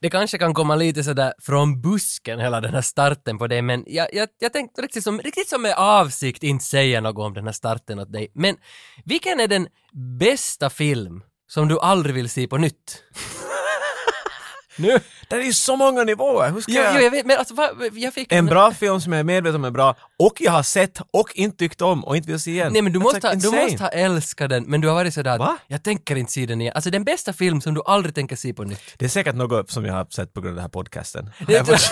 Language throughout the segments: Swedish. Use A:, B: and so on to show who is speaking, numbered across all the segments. A: Det kanske kan komma lite sådär från busken hela den här starten på dig men jag, jag, jag tänkte riktigt som, riktigt som med avsikt inte säga något om den här starten åt dig. Men vilken är den bästa film som du aldrig vill se på nytt? nu?
B: Det är ju så många nivåer, hur ska
A: Jo, jo,
B: jag...
A: jag vet men alltså va, jag fick...
B: En bra film som jag är medveten om är bra, och jag har sett och inte tyckt om och inte vill se igen.
A: Nej men du
B: That's
A: måste, ha,
B: like
A: du
B: insane.
A: måste ha älskat den men du har varit sådär att
B: Va?
A: jag tänker inte se den igen. Alltså den bästa film som du aldrig tänker se på nytt.
B: Det är säkert något som jag har sett på grund av den här podcasten.
A: Det är inte-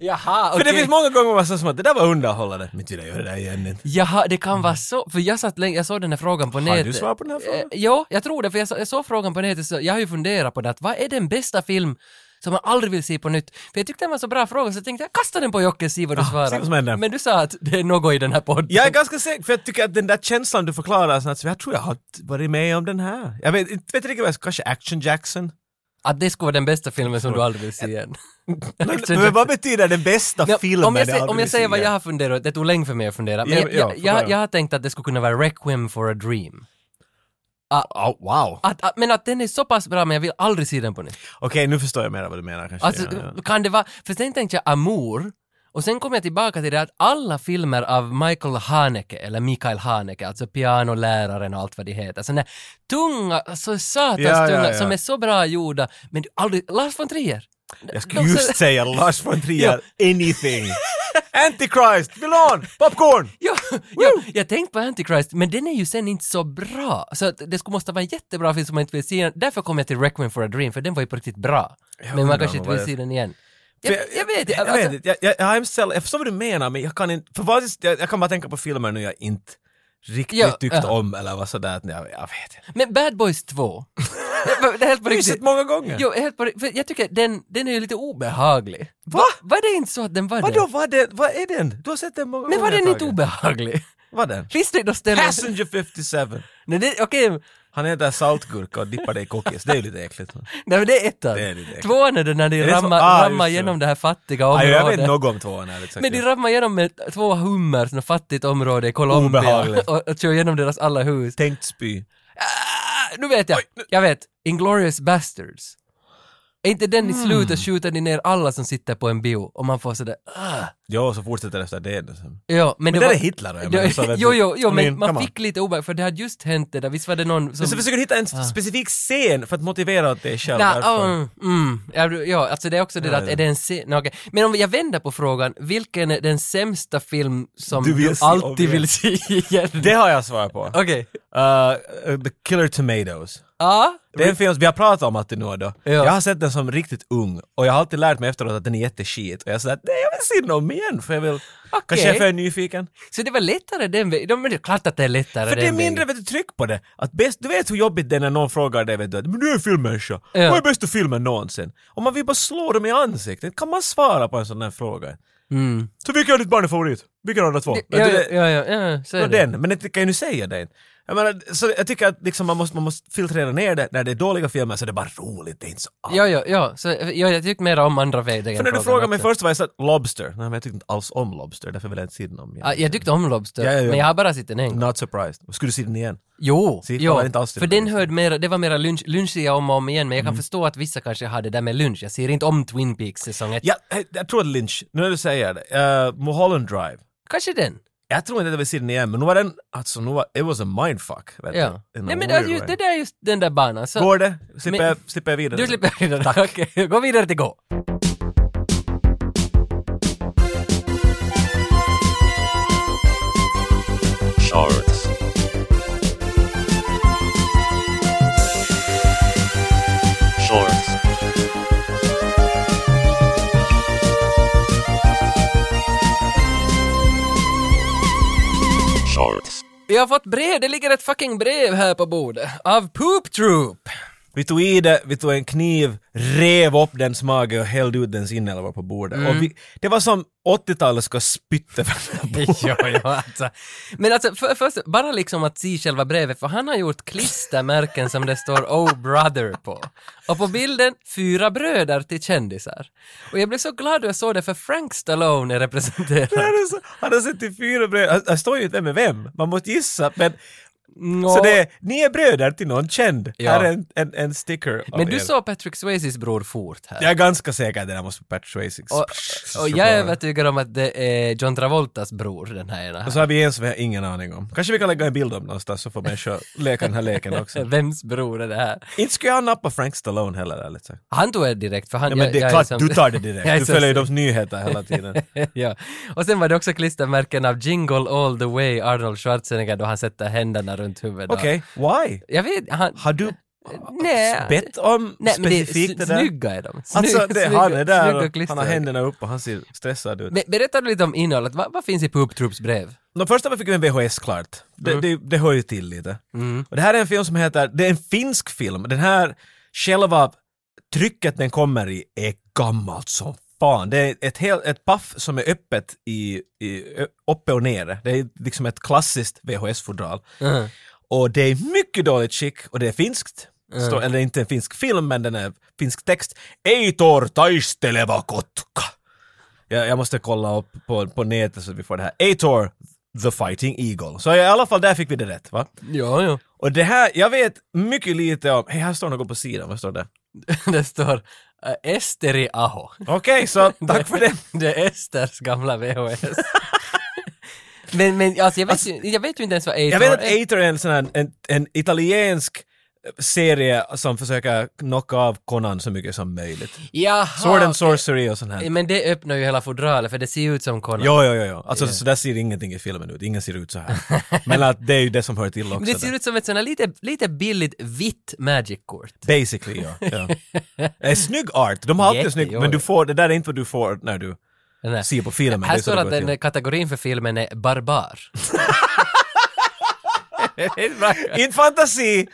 A: Jaha, okej.
B: För det finns många gånger man sa som att det där var underhållande. Men inte vill jag göra det där igen. nu.
A: Jaha, det kan vara så. För jag satt länge, jag såg den här frågan på
B: du
A: nätet.
B: svar på den här frågan?
A: Eh, ja, jag tror det, för jag, så, jag såg frågan på nätet så jag har ju funderat på det att vad är den bästa film som man aldrig vill se på nytt? För jag tyckte det var en så bra fråga så jag tänkte jag kastar den på Jocke och se vad du svarar.
B: Ah, se vad som händer.
A: Men du sa att det är något i den här podden.
B: Jag är ganska säker, för jag tycker att den där känslan du förklarar, så att jag tror jag har varit med om den här. Jag vet inte vet inte riktigt vad jag kanske Action Jackson?
A: Att det skulle vara den bästa filmen som du aldrig vill se igen.
B: Men, men vad betyder den bästa
A: Ja,
B: filmen?
A: om jag, sä-
B: aldrig
A: om
B: vill
A: jag
B: se
A: säger vad jag
B: igen?
A: har funderat, det tog länge för mig att fundera, men
B: Ja,
A: jag,
B: men- ja,
A: jag, jag,
B: förklara.
A: jag har tänkt att det skulle kunna vara Requiem for a Dream.
B: Ja, Ah, oh, wow.
A: Att, att, men att den är så pass bra men jag vill aldrig se den på nytt.
B: Okej, nu förstår jag mer vad du menar kanske.
A: Alltså,
B: ja, ja.
A: kan det vara... För sen tänkte jag Amour, och sen kom jag tillbaka till det att alla filmer av Michael Haneke, eller Mikael Haneke, alltså pianoläraren och allt vad de heter, såna här tunga, så satans
B: Ja, ja,
A: tunga,
B: ja.
A: som är så bra gjorda, men du aldrig... Lars von Trier!
B: Jag skulle just säga Lars von Trier, anything. Antichrist, Milan, popcorn!
A: Ja, ja, jag tänkte på Antichrist, men den är ju sen inte så bra. Så att det skulle måste vara en jättebra film som man inte vill se. Därför kom jag till Requiem for a Dream, för den var ju på riktigt bra. men
B: undrar
A: man kanske inte
B: vad
A: vill
B: det-
A: se den igen.
B: För
A: Jag, jag vet
B: jag,
A: inte.
B: jag, vet
A: Alltså,
B: inte. jag, jag, jag, I'm still, jag förstår vad du menar men jag kan inte, för vad, jag, jag kan bara tänka på filmer nu jag inte riktigt
A: Ja,
B: tyckt
A: aha.
B: om eller vad sådär, att jag, jag vet inte.
A: men Bad Boys 2. det är helt på
B: Jag har ju
A: riktigt.
B: sett många gånger.
A: Jo, helt på riktigt. För jag tycker den, den är ju lite obehaglig.
B: Va?
A: Var det inte så att den var
B: Vadå,
A: det?
B: vad, det, vad är den? Du har sett den många
A: Men var
B: gånger.
A: den inte
B: Tage.
A: obehaglig?
B: Vad den?
A: Finns det något ställe...
B: Passenger 57!
A: Nej, det- Okej,
B: Han äter saltgurka och dippar det i kokis, det är ju lite äckligt.
A: nej men det är ettan.
B: Det är lite äckligt.
A: Tvåan är det när de
B: det så?
A: rammar,
B: Ah,
A: rammar
B: just det.
A: genom det här fattiga
B: Ja,
A: området.
B: jag vet något om tvåan här exakt.
A: Men de rammar genom med två hummer, sådana fattigt område i Colombia
B: Obehagligt.
A: och, och kör genom deras alla hus.
B: Tänkt spy.
A: Ah, nu vet jag! Jag vet. Inglourious Bastards. Är inte den i
B: Mm.
A: slutet skjuter ni ner alla som sitter på en bio och man får sådär ah.
B: Jo, så fortsätter det efter det. liksom. Men
A: Ja, men,
B: det
A: det
B: där är
A: var...
B: Hitler då, jag menar, så
A: Jo,
B: vet
A: jo,
B: du.
A: jo, jo
B: I
A: men
B: mean, come
A: man
B: on.
A: fick lite obehag, för det hade just hänt det där, visst var det någon som...
B: Men så försöker du hitta en specifik scen för att motivera åt dig själv.
A: Nja,
B: därför.
A: mm, mm. Ja, du- ja, alltså det är också det
B: Ja,
A: där att
B: ja.
A: är det en scen... No, okej. Men om jag vänder på frågan, vilken är den sämsta film som
B: Du
A: du,
B: vill se om
A: alltid
B: igen?
A: vill se igen?
B: Det har jag svar på.
A: Okej.
B: Uh, uh, the Killer Tomatoes.
A: Ja,
B: Det är en film som vi har pratat om alltid nu då.
A: Ja.
B: Jag har sett den som riktigt ung och jag har alltid lärt mig efteråt att den är jätteskit. Och jag sa att nej, jag vill se den om igen för jag vill... Kanske jag är för nyfiken.
A: Så det var lättare den vägen? Ja, Men det är klart att det är lättare
B: För det är
A: den
B: mindre
A: vägen.
B: vet du, tryck på det. Att bäst, du vet hur jobbigt det är när någon frågar dig vet du, att men du är filmmänniska,
A: Ja.
B: vad är bästa filmen någonsin? Om man vill bara slå dem i ansiktet, kan man svara på en sån här fråga?
A: Mm.
B: Så vilken är ditt barn är favorit? Vilken av de två?
A: Ja,
B: Vet du,
A: ja,
B: det-
A: ja, ja, ja, så är
B: Och
A: det.
B: den, men det kan ju nu säga den. Jag menar, så jag tycker att liksom man, måste, man måste filtrera ner det. När det är dåliga filmer så är det bara roligt, det är inte så
A: Ja, ja, ja. Så, ja, jag tyckte mer om andra vägen.
B: För när du
A: frågan
B: frågade mig
A: också.
B: först var jag så att Lobster. Nej, men jag tyckte inte alls om Lobster, därför ville jag inte se den om igen.
A: Ja, jag tyckte om Lobster,
B: Ja, Mm. ja, ja.
A: men jag har bara sett den en gång.
B: Not surprised. Skulle du se den igen?
A: Jo,
B: Se,
A: jo.
B: kollar inte alls till Mm.
A: för
B: den
A: den hörde mera, det var mera lunch, lunch ser jag om och om igen, men jag kan förstå att vissa kanske har det där med lunch. Jag ser inte om Twin Peaks säsong ett.
B: Ja, eh, jag tror att Lynch, nu när du säger det, eh, Mulholland Drive.
A: Kanske den.
B: Jag tror inte att jag vill se den igen, men nu var den, alltså nu var, it was a mindfuck. Vet du,
A: Ja.
B: in a
A: Nej men det, är
B: weird
A: ju,
B: way.
A: det där är just den där banan. Så
B: Går det? Slipper,
A: Men-
B: jag, slipper jag vidare?
A: du slipper vidare. Okej, gå vidare till gå.
C: Shorts. Shorts. Shorts.
A: Jag har fått brev, det ligger ett fucking brev här på bordet. Av Poop Troop.
B: Vi tog i det, vi tog en kniv, rev upp dens mage och hällde ut dens inälvor på bordet.
A: Mm.
B: Och vi, det var som 80-talet ska spytta över den här bordet.
A: ja, ja, alltså. Men alltså, för, först, bara liksom att se själva brevet, för han har gjort klistermärken som det står Oh brother på. Och på bilden, fyra bröder till kändisar. Och jag blev så glad då jag såg det, för Frank Stallone är representerad.
B: Han har sett till fyra bröder, han, han står ju inte vem är vem, man måste gissa. Men
A: Nå.
B: Så det är, ni är bröder till någon känd.
A: Ja.
B: Här är en, en, en sticker av
A: Men du
B: er.
A: såg Patrick Swayzes bror fort här.
B: Jag är ganska säker att det där måste vara Pat Swayze.
A: Och, och jag är övertygad om att det är John Travoltas bror, den här ena.
B: Och
A: Här.
B: så har vi en som vi har ingen aning om. Kanske vi kan lägga en bild om någonstans så får människor leka den här leken också.
A: Vems bror är det här?
B: Inte skulle jag nappa Frank Stallone heller ärligt sagt.
A: Han tog det direkt, för han...
B: Ja, men det är
A: jag- jag
B: klart,
A: som-
B: du tar det direkt.
A: Jag är
B: Du
A: så-
B: följer ju de nyheter hela tiden.
A: ja. Och sen var det också klistermärken av Jingle All The Way, Arnold Schwarzenegger, då han sätter händerna runt huvudet.
B: Okej, why?
A: Jag vet, han...
B: Har du
A: Nej.
B: bett om
A: Nej, men det,
B: specifikt
A: är-
B: det, där?
A: snygga är de. Snygg,
B: Alltså, det, han är
A: snygga
B: där och han har
A: klistermärken.
B: händerna upp och han ser stressad ut.
A: Be- Berätta lite om innehållet, vad, vad finns i Poop Troops brev?
B: De första vi fick en VHS klart. Det,
A: Mm.
B: det, det hör ju till lite. Och det här är en film som heter, det är en finsk film. Den här, själva trycket den kommer i är gammalt som fan. Det är ett, hel, ett paff som är öppet i, i, ö- uppe och nere. Det är liksom ett klassiskt VHS-fodral.
A: Mm.
B: Och det är mycket dåligt skick och det är finskt. Står- eller inte en finsk film, men den är finsk text. Eitor taisteleva kotka. Jag, jag måste kolla upp på, på nätet så att vi får det här. Eitor, the fighting eagle. Så i alla fall, där fick vi det rätt va?
A: Ja, ja.
B: Och det här, jag vet mycket lite om... Hej, här står något på sidan, vad står det?
A: Det står eh, Esteri Aho.
B: Okej, så tack för det.
A: Det är Esters gamla VHS. men, men alltså, jag, vet ju, jag vet ju inte ens vad Eitor
B: Jag vet att
A: är.
B: Eitor är en sån här, en, en italiensk eh, serie som försöker knocka av Conan så mycket som möjligt.
A: Jaha!
B: Sword and sorcery och sånt här.
A: Men det öppnar ju hela fodralet, för det ser ju ut som Conan.
B: Jo, jo, jo, jo. Alltså så där ser ingenting i filmen ut, ingen ser ut så här. Men att det är ju det som hör till också.
A: Men det ser
B: där.
A: ut som ett sånt här lite, lite billigt vitt Magic-kort.
B: Basically, ja. ja. Eh, snygg art, de har alltid
A: Jätte,
B: snygg,
A: jo,
B: men du
A: jo.
B: får, det där är inte vad du får när du
A: Den här.
B: ser på filmen.
A: Här
B: Det är så
A: står
B: det
A: att
B: går
A: den
B: till.
A: kategorin för filmen är barbar. Det är bra.
B: Inte fantasi,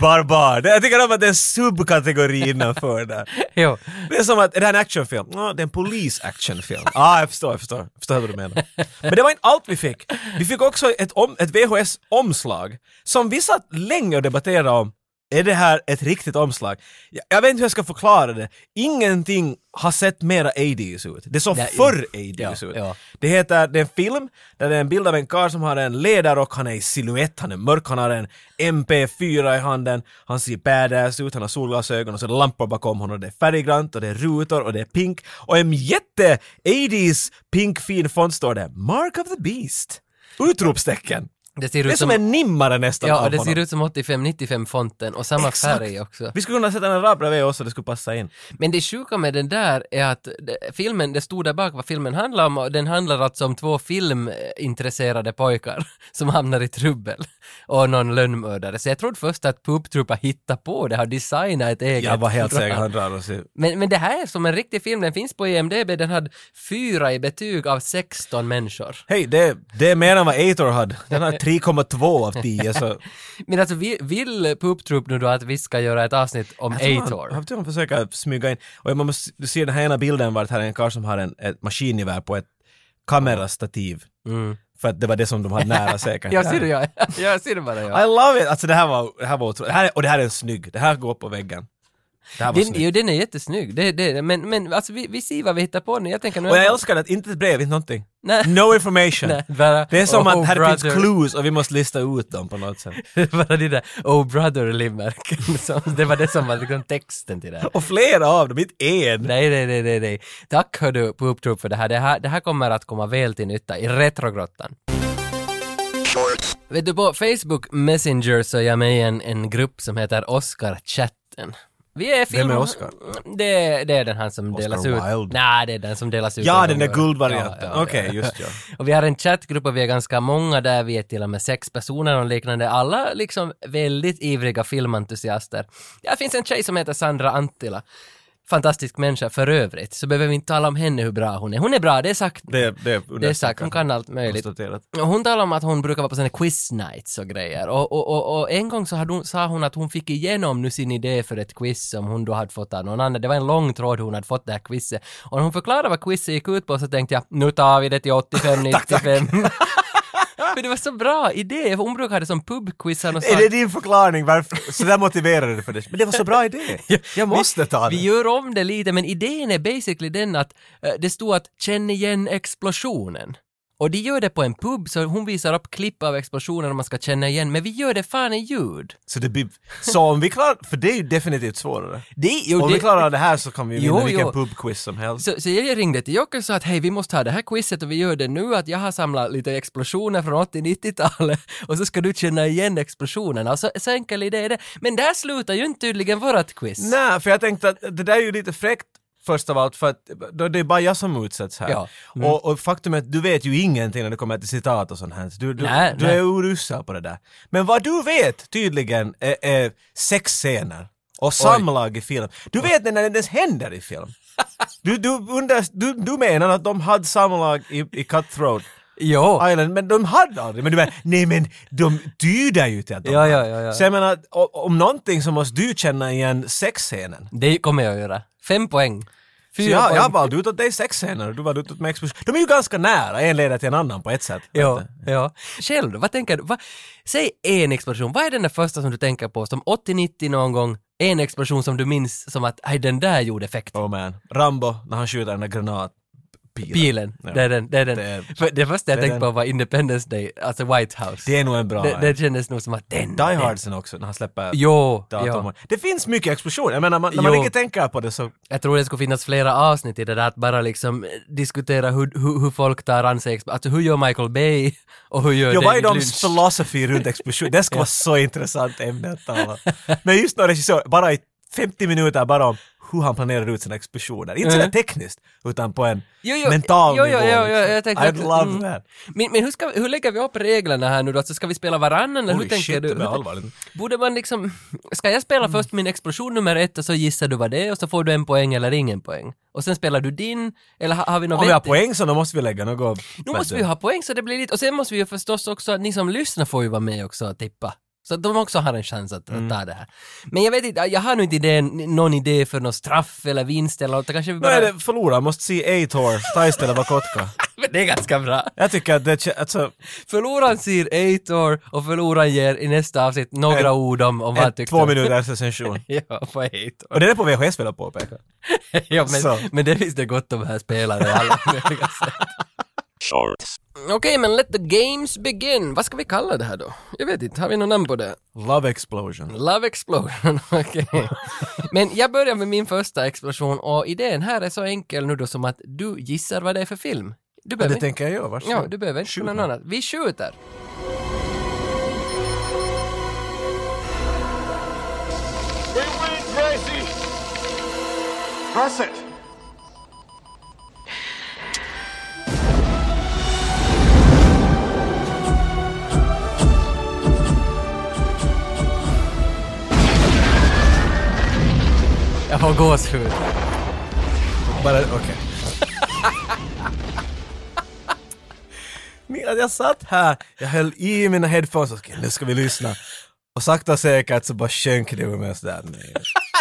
B: barbar. Det- Jag tycker om att det är en subkategori innanför där.
A: jo.
B: Det är som att, är det här en actionfilm? Ja, det är en polis-actionfilm. Ja, ah, jag förstår, jag förstår. Jag förstår vad du menar. Men det var inte allt vi fick. Vi fick också ett, om, ett VHS-omslag som vi satt länge och debatterade om. Är det här ett riktigt omslag? Jag, jag vet inte hur jag ska förklara det. Ingenting har sett mera 80s ut. Det såg
A: Nej,
B: förr 80s
A: ja,
B: ut.
A: ja.
B: Det heter, det är en film där det är en bild av en karl som har en ledarrock, han är i silhuett, han är mörk, han har en MP4 i handen, han ser badass ut, han har solglasögon och så är det lampor bakom honom, det är färggrant och det är rutor och det är pink och en jätte 80s pink fin font står det Mark of the Beast! Utropstecken!
A: Det ser
B: Det är
A: ut
B: som
A: som...
B: en nimmare nästan
A: ja,
B: av
A: och det ser
B: honom.
A: ut som 85-95-fonten och samma färg också.
B: Vi skulle kunna sätta en rad bredvid oss och det skulle passa in.
A: Men det sjuka med den där är att det- filmen, det stod där bak vad filmen handlar om och den handlar alltså om två filmintresserade pojkar som hamnar i trubbel och någon lönnmördare. Så jag trodde först att Poop Troop har hittat på det, har designat ett eget.
B: Jag var helt
A: program.
B: säker, han drar oss i...
A: Men, men det här är som en riktig film, den finns på IMDB, den hade fyra i betyg av 16 människor.
B: Hej, det, det är mer än vad Aitor hade. Den har 3,2 av 10 så...
A: Men alltså vi- vill Poop Troop nu då att vi ska göra ett avsnitt om
B: Jag tror
A: Ator?
B: han- tror han försöker smyga in. Och man måste, du ser den här ena bilden var det här är en karl som har en, ett maskingevär på ett kamerastativ.
A: Mm.
B: För att det var det som de hade nära säkert.
A: Jag ser det, jag, jag ser det bara jag.
B: I love it! Alltså det här var, det här var otroligt. Det här är, och det här är en snygg. Det här går upp på väggen. Det här var
A: Den,
B: snyggt.
A: jo, den är jättesnygg, det, det, men, men alltså, vi, vi ser vad vi hittar på nu. Jag tänker nu...
B: Och jag älskar det, inte ett brev, inte någonting.
A: Nej.
B: No information.
A: Nej, bara,
B: Det är som
A: oh,
B: att här
A: brother.
B: finns clues och vi måste lista ut dem på något sätt.
A: bara det där Oh brother-limericken. som- det var det som var liksom texten till det här.
B: Och flera av dem, inte en.
A: Nej, nej, nej, nej, nej. Tack hördu på Upptrop för det här. det här. Det här kommer att komma väl till nytta i Retrogrottan. Vet du, på Facebook Messenger så är jag med i en, en grupp som heter Oscar-chatten. Vi är film...
B: Vem är Oscar?
A: Det, det är den här som
B: Oscar
A: delas ut.
B: Wilde?
A: Nej, det är den som delas ut.
B: Ja,
A: en gång
B: den där
A: om året.
B: guldvarianten.
A: Ja, ja,
B: Okej,
A: ja.
B: just ja.
A: Och vi har en chattgrupp och vi är ganska många där, vi är till och med sex personer och liknande. Alla liksom väldigt ivriga filmentusiaster. Där finns en tjej som heter Sandra Antila. Fantastisk människa för övrigt, så behöver vi inte tala om henne hur bra hon är. Hon är bra, det är sagt.
B: Det, är- det,
A: Det är sagt, hon kan allt möjligt.
B: Konstaterat.
A: Och Hon talar om att hon brukar vara på såna quiz nights och grejer. Och, och, och, och en gång så hade hon, sa hon att hon fick igenom nu sin idé för ett quiz som hon då hade fått av någon annan. Det var en lång tråd hur hon hade fått det här quizet. Och när hon förklarade vad quizet gick ut på så tänkte jag, nu tar vi det till 85, 95. För det var så bra idé. Hon brukade ha det som pubquiz. här och sa
B: Är
A: att-
B: det din förklaring varför? Så där motiverade du för det. Men det var så bra idé. Jag måste ta
A: Vi
B: det.
A: gör om det lite, men idén är basically den att eh, det stod att känn igen explosionen. Och de gör det på en pub, så hon visar upp klipp av explosioner man ska känna igen, men vi gör det fan i ljud.
B: Så det blir... Så om vi klarar... För det är ju definitivt svårare.
A: Det, jo,
B: om
A: det,
B: vi klarar det här så kan vi vinna
A: Jo,
B: vilken
A: jo.
B: pubquiz som helst.
A: så, så jag ringde till Jocke och sa att hej, vi måste ha det här quizet och vi gör det nu, att jag har samlat lite explosioner från 80-90-talet och så ska du känna igen explosionerna. Så, så enkel idé är det. Men där slutar ju inte tydligen vårat quiz.
B: Nej, för jag tänkte att det där är ju lite fräckt först av allt för att då det är bara jag som utsätts här.
A: Ja. Mm.
B: Och, och faktum är att du vet ju ingenting när det kommer till citat och sånt här. Du, du,
A: Nej,
B: du
A: nej.
B: är orussad på det där. Men vad du vet tydligen är, är sexscener och samlag i film. Du vet när det ens händer i film. Du, du, undrar, du, du menar att de hade samlag i, i Cutthroat
A: Jo.
B: Island, men de hade aldrig. Men du menar, nej men de tyder ju till att de
A: Ja,
B: hade.
A: ja, ja, ja.
B: Så jag menar, o- om någonting så måste du känna igen sexscenen.
A: Det kommer jag att göra. Fem poäng.
B: Så
A: Fyra
B: jag,
A: poäng.
B: jag valde ut åt dig sexscener och du valde ut åt mig explosion. De är ju ganska nära, en leder till en annan på ett sätt.
A: Ja, ja. Själv då, vad tänker du? Va? Säg en explosion, vad är den där första som du tänker på som 80-90 någon gång, en explosion som du minns som att aj, den där gjorde effekt?
B: Oh man. Rambo, när han skjuter den där granatpilen.
A: Bilen,
B: Ja.
A: det är den. Det, är den.
B: Det är-
A: För det första jag
B: det är
A: tänkte
B: den.
A: på var Independence Day, alltså White House.
B: Det är nog en bra...
A: det, det kändes nog som att den...
B: Die
A: den-
B: Hard sen också, när han släpper
A: Jo,
B: datorn.
A: jo,
B: Det finns mycket explosioner, jag menar man, när man
A: Jo.
B: inte tänker på det så...
A: jag tror det skulle finnas flera avsnitt i det där att bara liksom eh, diskutera hur, hur, hur folk tar an sig, exp- alltså hur gör Michael Bay och hur gör
B: Jo, vad är
A: David
B: deras
A: Lynch?
B: philosophy runt explosion? Det skulle vara så intressant ämne att tala Men just när regissör, bara i 50 minuter bara om hur han planerar ut sina explosioner. Inte sådär
A: Mm.
B: tekniskt, utan på en
A: Jo, jo,
B: mental
A: jo, jo,
B: nivå.
A: jo, jo,
B: liksom.
A: jag tänkte
B: I'd
A: att-
B: love
A: mm.
B: that.
A: Men, men hur, ska, hur lägger vi upp reglerna här nu då? Alltså ska vi spela varann eller hur
B: Holy
A: tänker
B: shit,
A: du?
B: det blir allvarligt.
A: Borde man liksom, ska jag
B: Mm.
A: spela först min explosion nummer ett och så gissar du vad det är och så får du en poäng eller ingen poäng? Och sen spelar du din, eller har, har vi något
B: Om vi har
A: vettigt?
B: poäng så då måste vi lägga något...
A: Nu måste vi ha poäng så det blir lite, och sen måste vi ju förstås också, att ni som lyssnar får ju vara med också och tippa. Så att de också har en chans att,
B: Mm.
A: att ta det här. Men jag vet inte, jag har nu inte idén, någon idé för någon straff eller vinst eller något, kanske vi
B: Nu
A: bara...
B: är det förlora, måste se A-Tor, Tajstela Vakotka.
A: Men det är ganska bra.
B: Jag tycker att det kä- alltså,
A: Förloraren ser Eitor och förloraren ger i nästa avsnitt några
B: En-
A: ord om, om vad
B: en
A: han tyckte.
B: två minuters recension.
A: Ja, på Eitor.
B: Och det är på VHS vill jag påpeka.
A: ja,
B: Så.
A: men, men det finns det gott om här spelare i alla möjliga sätt.
C: shorts,
A: Okej, men let the games begin. Vad ska vi kalla det här då? Jag vet inte, har vi något namn på det?
B: Love Explosion.
A: Love Explosion, okej. Men jag börjar med min första explosion och idén här är så enkel nu då som att du gissar vad det är för film. Du
B: Det
A: behöver inte,
B: tänker jag göra, varsågod.
A: ja, du behöver inte
B: Shoot
A: kunna
B: me.
A: något annat. Vi skjuter.
D: We win, Gracie! Press it!
A: Jag får gåshud.
B: Bara, okej. Ni, att Jag satt här, jag höll i mina headphones och okej, nu ska vi lyssna. Och sakta säkert så bara sjönk det ur mig och sådär. nej.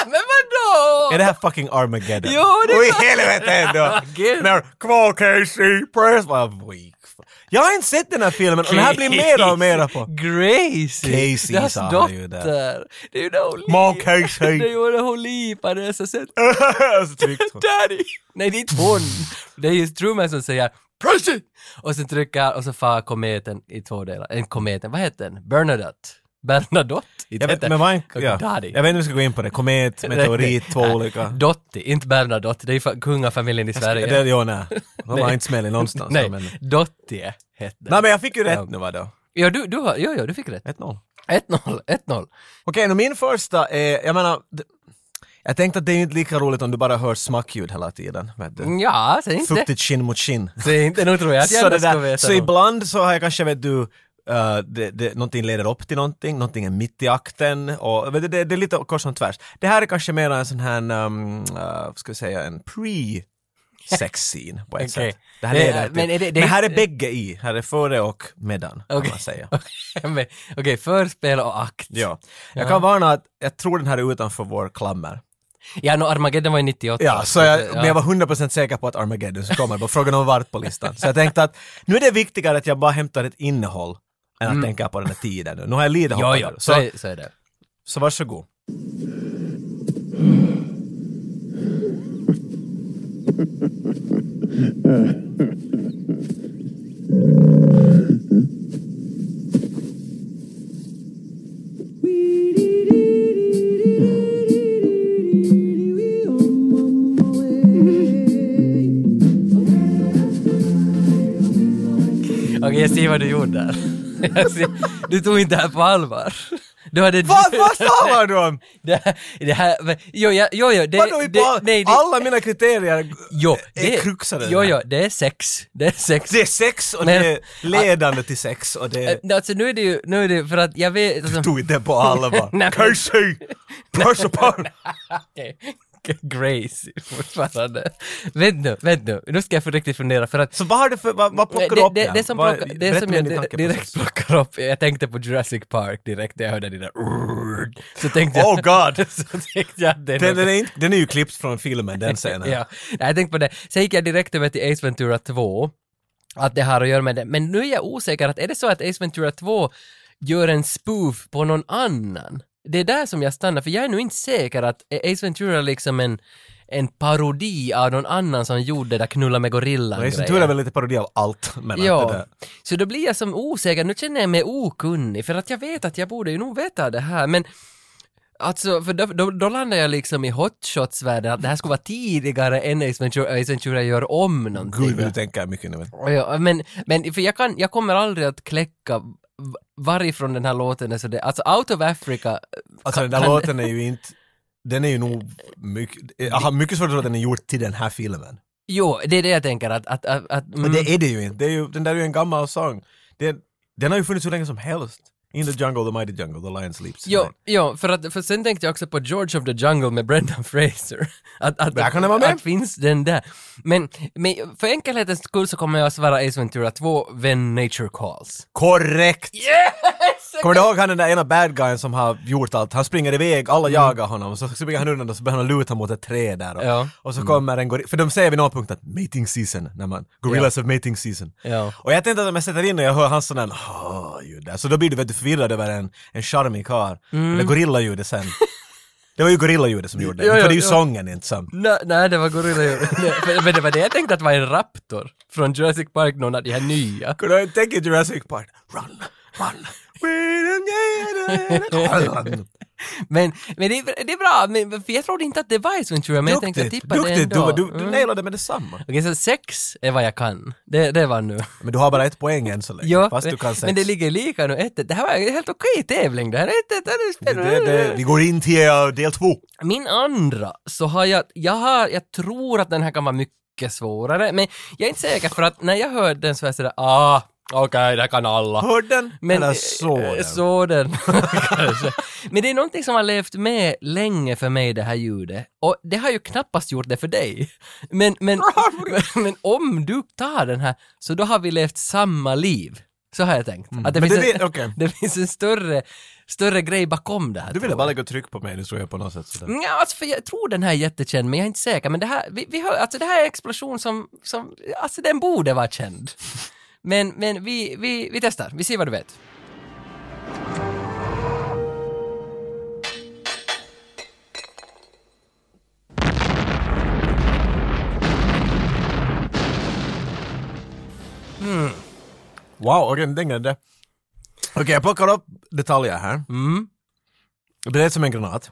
A: Men vadå?
B: Är det här fucking Armageddon?
A: Jo, det är
B: Och i helvete ändå!
A: Gud.
B: När Come on Casey, press my week. Jag har inte sett den här filmen och den här blir mer och mer på.
A: Gracie!
B: Casey
A: deras
B: sa han ju där.
A: dotter! Det är ju när hon
B: Mom,
A: lip-
B: Casey.
A: Det är ju när hon lipades och sen
B: så tryckte hon.
A: Daddy! Nej, det är inte hon! Det är ju Truman som säger Percy! Och sen trycker och så far kometen i två delar. En kometen, vad heter den? Bernadette? Bernadotte?
B: Jag vet, men man, ja. jag
A: Daddy.
B: vet inte om vi ska gå in på det. Komet, meteorit, två olika.
A: Dotti, inte Bernadotte. Det är ju fa- kungafamiljen i Sverige.
B: Det, jo, nej. De har
A: Nej.
B: inte smält någonstans.
A: Nej,
B: Men, nej,
A: Dottie hette den.
B: men jag fick ju
A: Ja.
B: rätt nu vadå?
A: Ja, du, du har, ja, ja, du fick rätt.
B: 1-0.
A: 1-0, 1-0.
B: Okej, nu min första är, jag menar, d- jag tänkte att det är ju inte lika roligt om du bara hör smackljud hela tiden. Vet du?
A: Ja, säg inte.
B: Fuktigt skinn mot skinn.
A: Säg inte, nu tror jag att jag
B: så,
A: ändå
B: det
A: ska
B: där,
A: veta.
B: så
A: nog.
B: ibland så har jag kanske, vet du, eh, det, det, någonting leder upp till någonting, någonting är mitt i akten och vet du, det, det är lite kors och tvärs. Det här är kanske mer en sån här, um, eh, vad ska vi säga, en pre sex scene på ett
A: Okej.
B: sätt. Det här
A: Det-
B: leder till.
A: men
B: Men,
A: är det- det-
B: här är bägge i, här är före och medan kan
A: Okej.
B: man säga.
A: Men, Okej, förspel och akt.
B: Ja. Jag
A: Ja.
B: kan varna att jag tror den här är utanför vår klammer.
A: Ja, no, Armageddon var ju 98.
B: Ja, så jag,
A: att,
B: men jag var 100% säker på att Armageddon skulle komma. Det var Frågan om vart på listan. Så jag tänkte att nu är det viktigare att jag bara hämtar ett innehåll än att tänka på den här tiden. nu. Nu har jag lite
A: Mm. ja,
B: hoppat
A: ja,
B: över.
A: så,
B: så,
A: är- så är det.
B: så varsågod.
A: Okej, jag ser vad du gjorde där. Jag ser- Du tog inte det här på allvar. Du hade...
B: Vad vad talar du om?
A: Det här... Det här jo, ja, jo, jo, det...
B: Vadå i
A: det,
B: på-
A: nej, det,
B: Alla mina kriterier
A: jo,
B: är
A: det,
B: kruxade.
A: Jo, jo, det är sex. Det är sex.
B: Det är sex och
A: Men-
B: det är ledande till sex och det är...
A: Eh, Alltså nu är det ju, nu är det ju för att jag vet... Alltså,
B: Tog inte på allvar.
A: Nej.
B: Casey! Passa på!
A: Okej. Grace fortfarande. Vänta nu, vänta nu. Nu ska jag få riktigt fundera för att Eh,
B: Så vad har du för, vad, vad plockar
A: det,
B: du upp
A: det,
B: där?
A: det som,
B: Vad-
A: plockar, det
B: berätta
A: som
B: mer
A: jag
B: din
A: di-
B: tankeprocess.
A: direkt plockar upp, jag tänkte på Jurassic Park direkt när jag hörde det där "Urrrrrrrrrrrrrrrrrrrrrrrrrrrrr", Så tänkte jag...
B: Oh god!
A: så tänkte jag att det är
B: Den,
A: något-
B: den, är inte, den är ju klippt från filmen, den scenen.
A: Ja, Nej, jag tänkte på det. Sen gick jag direkt över till Ace Ventura 2, att det har att göra med det. Men nu är jag osäker, att är det så att Ace Ventura 2 gör en spoof på någon annan? Det är där som jag stannar, för jag är nu inte säker att är Ace Ventura liksom en, en parodi av någon annan som gjorde det där knulla med gorillan
B: Men Ace Ventura är väl lite parodi av allt, men att det
A: Ja,
B: där.
A: så då blir jag som osäker, nu känner jag mig okunnig för att jag vet att jag borde ju nog veta det här men Alltså, för då, då, då landar jag liksom i hotshots-världen, att det här skulle vara tidigare än Ace Ventura, Ace Ventura gör om någonting.
B: Gud, vad du tänker mycket nu.
A: Ja, men, men för jag, kan, jag kommer aldrig att kläcka v- varifrån den här låten är så det, alltså Out of Africa,
B: Alltså den där låten är ju inte... Den är ju nog mycket... Jag har mycket svårt att tro att den är gjord till den här filmen.
A: jo, det är det jag tänker att, att, att, att
B: Men
A: mm,
B: det är det ju inte. Det är ju, den där är ju en gammal sång. Det, den har ju funnits hur länge som helst. In the jungle, the mighty jungle, the lion sleeps.
A: Jo,
B: tonight.
A: jo för, att, för sen tänkte jag också på George of the Jungle med Brendan Fraser. Att, att,
B: Där kan den vara med.
A: Att finns den där. Men, men för enkelhetens skull så kommer jag att svara Ace Ventura 2, When Nature Calls.
B: Korrekt! Kommer du ihåg han den där ena bad guyen som har gjort allt? Han springer iväg, alla
A: Mm.
B: jagar honom, och så springer han undan och så börjar han luta mot ett träd där. Och,
A: Ja. Mm.
B: och så kommer en gorilla, för de säger vid någon punkt att mating season, när man, gorillas of mating season.
A: Ja.
B: Och jag tänkte att om jag sätter in och jag hör hans sån där "Ah", ljud där, så då blir du vet du förvirrad över en, en charmig karl.
A: Mm.
B: Eller gorillaljudet sen. det var ju gorillaljudet som gjorde det,
A: Ja, ja,
B: för det är ju
A: ja.
B: sången inte som...
A: Nej, nej, det var gorilla. Nej, men- Men det var det jag tänkte att var en raptor från Jurassic Park, någon av de här nya.
B: Kunde jag tänka Jurassic Park? Run, run, run.
A: Men, men det, är, det är bra, men, för jag trodde inte att det var Ace Ventura, men jag tänkte jag
B: Duktigt,
A: tippade det
B: duktigt!
A: ändå.
B: Du, du, du
A: Mm.
B: nailade med detsamma.
A: Okej, så sex är vad jag kan. Det, det var nu.
B: Men du har bara ett poäng än så länge,
A: Ja,
B: fast du kan sex.
A: men det ligger lika nu. Ett, ett. det här var en helt okej tävling. Det här är ett, ett, det här är
B: det,
A: spännande.
B: det, Vi går in till eh, del två.
A: Min andra, så har jag, jag har, jag tror att den här kan vara mycket svårare, men jag är inte säker för att när jag hörde den så var jag sådär, ah, okej, det kan alla.
B: Hörde den?
A: Men,
B: Eller
A: eh,
B: så
A: eh,
B: den?
A: Så den. kanske. Men det är någonting som har levt med länge för mig, det här ljudet. Och det har ju knappast gjort det för dig. Men, men, men om du tar den här, så då har vi levt samma liv. Så har jag tänkt. Att det,
B: Mm. Men
A: finns
B: det
A: en,
B: är- okej.
A: det finns en större, större grej bakom det här.
B: Du
A: tror
B: ville
A: jag.
B: bara lägga tryck på mig nu tror jag på något sätt. Sådär.
A: Ja, alltså för jag tror den här är jättekänd, men jag är inte säker. Men det här, vi, vi hör, alltså det här är en explosion som, som, alltså den borde vara känd. Men, men vi, vi, vi testar, vi ser vad du vet.
B: Wow, okej, okay, den grejen där. Okej, jag plockar upp detaljer här.
A: Mm.
B: Det lät som en granat,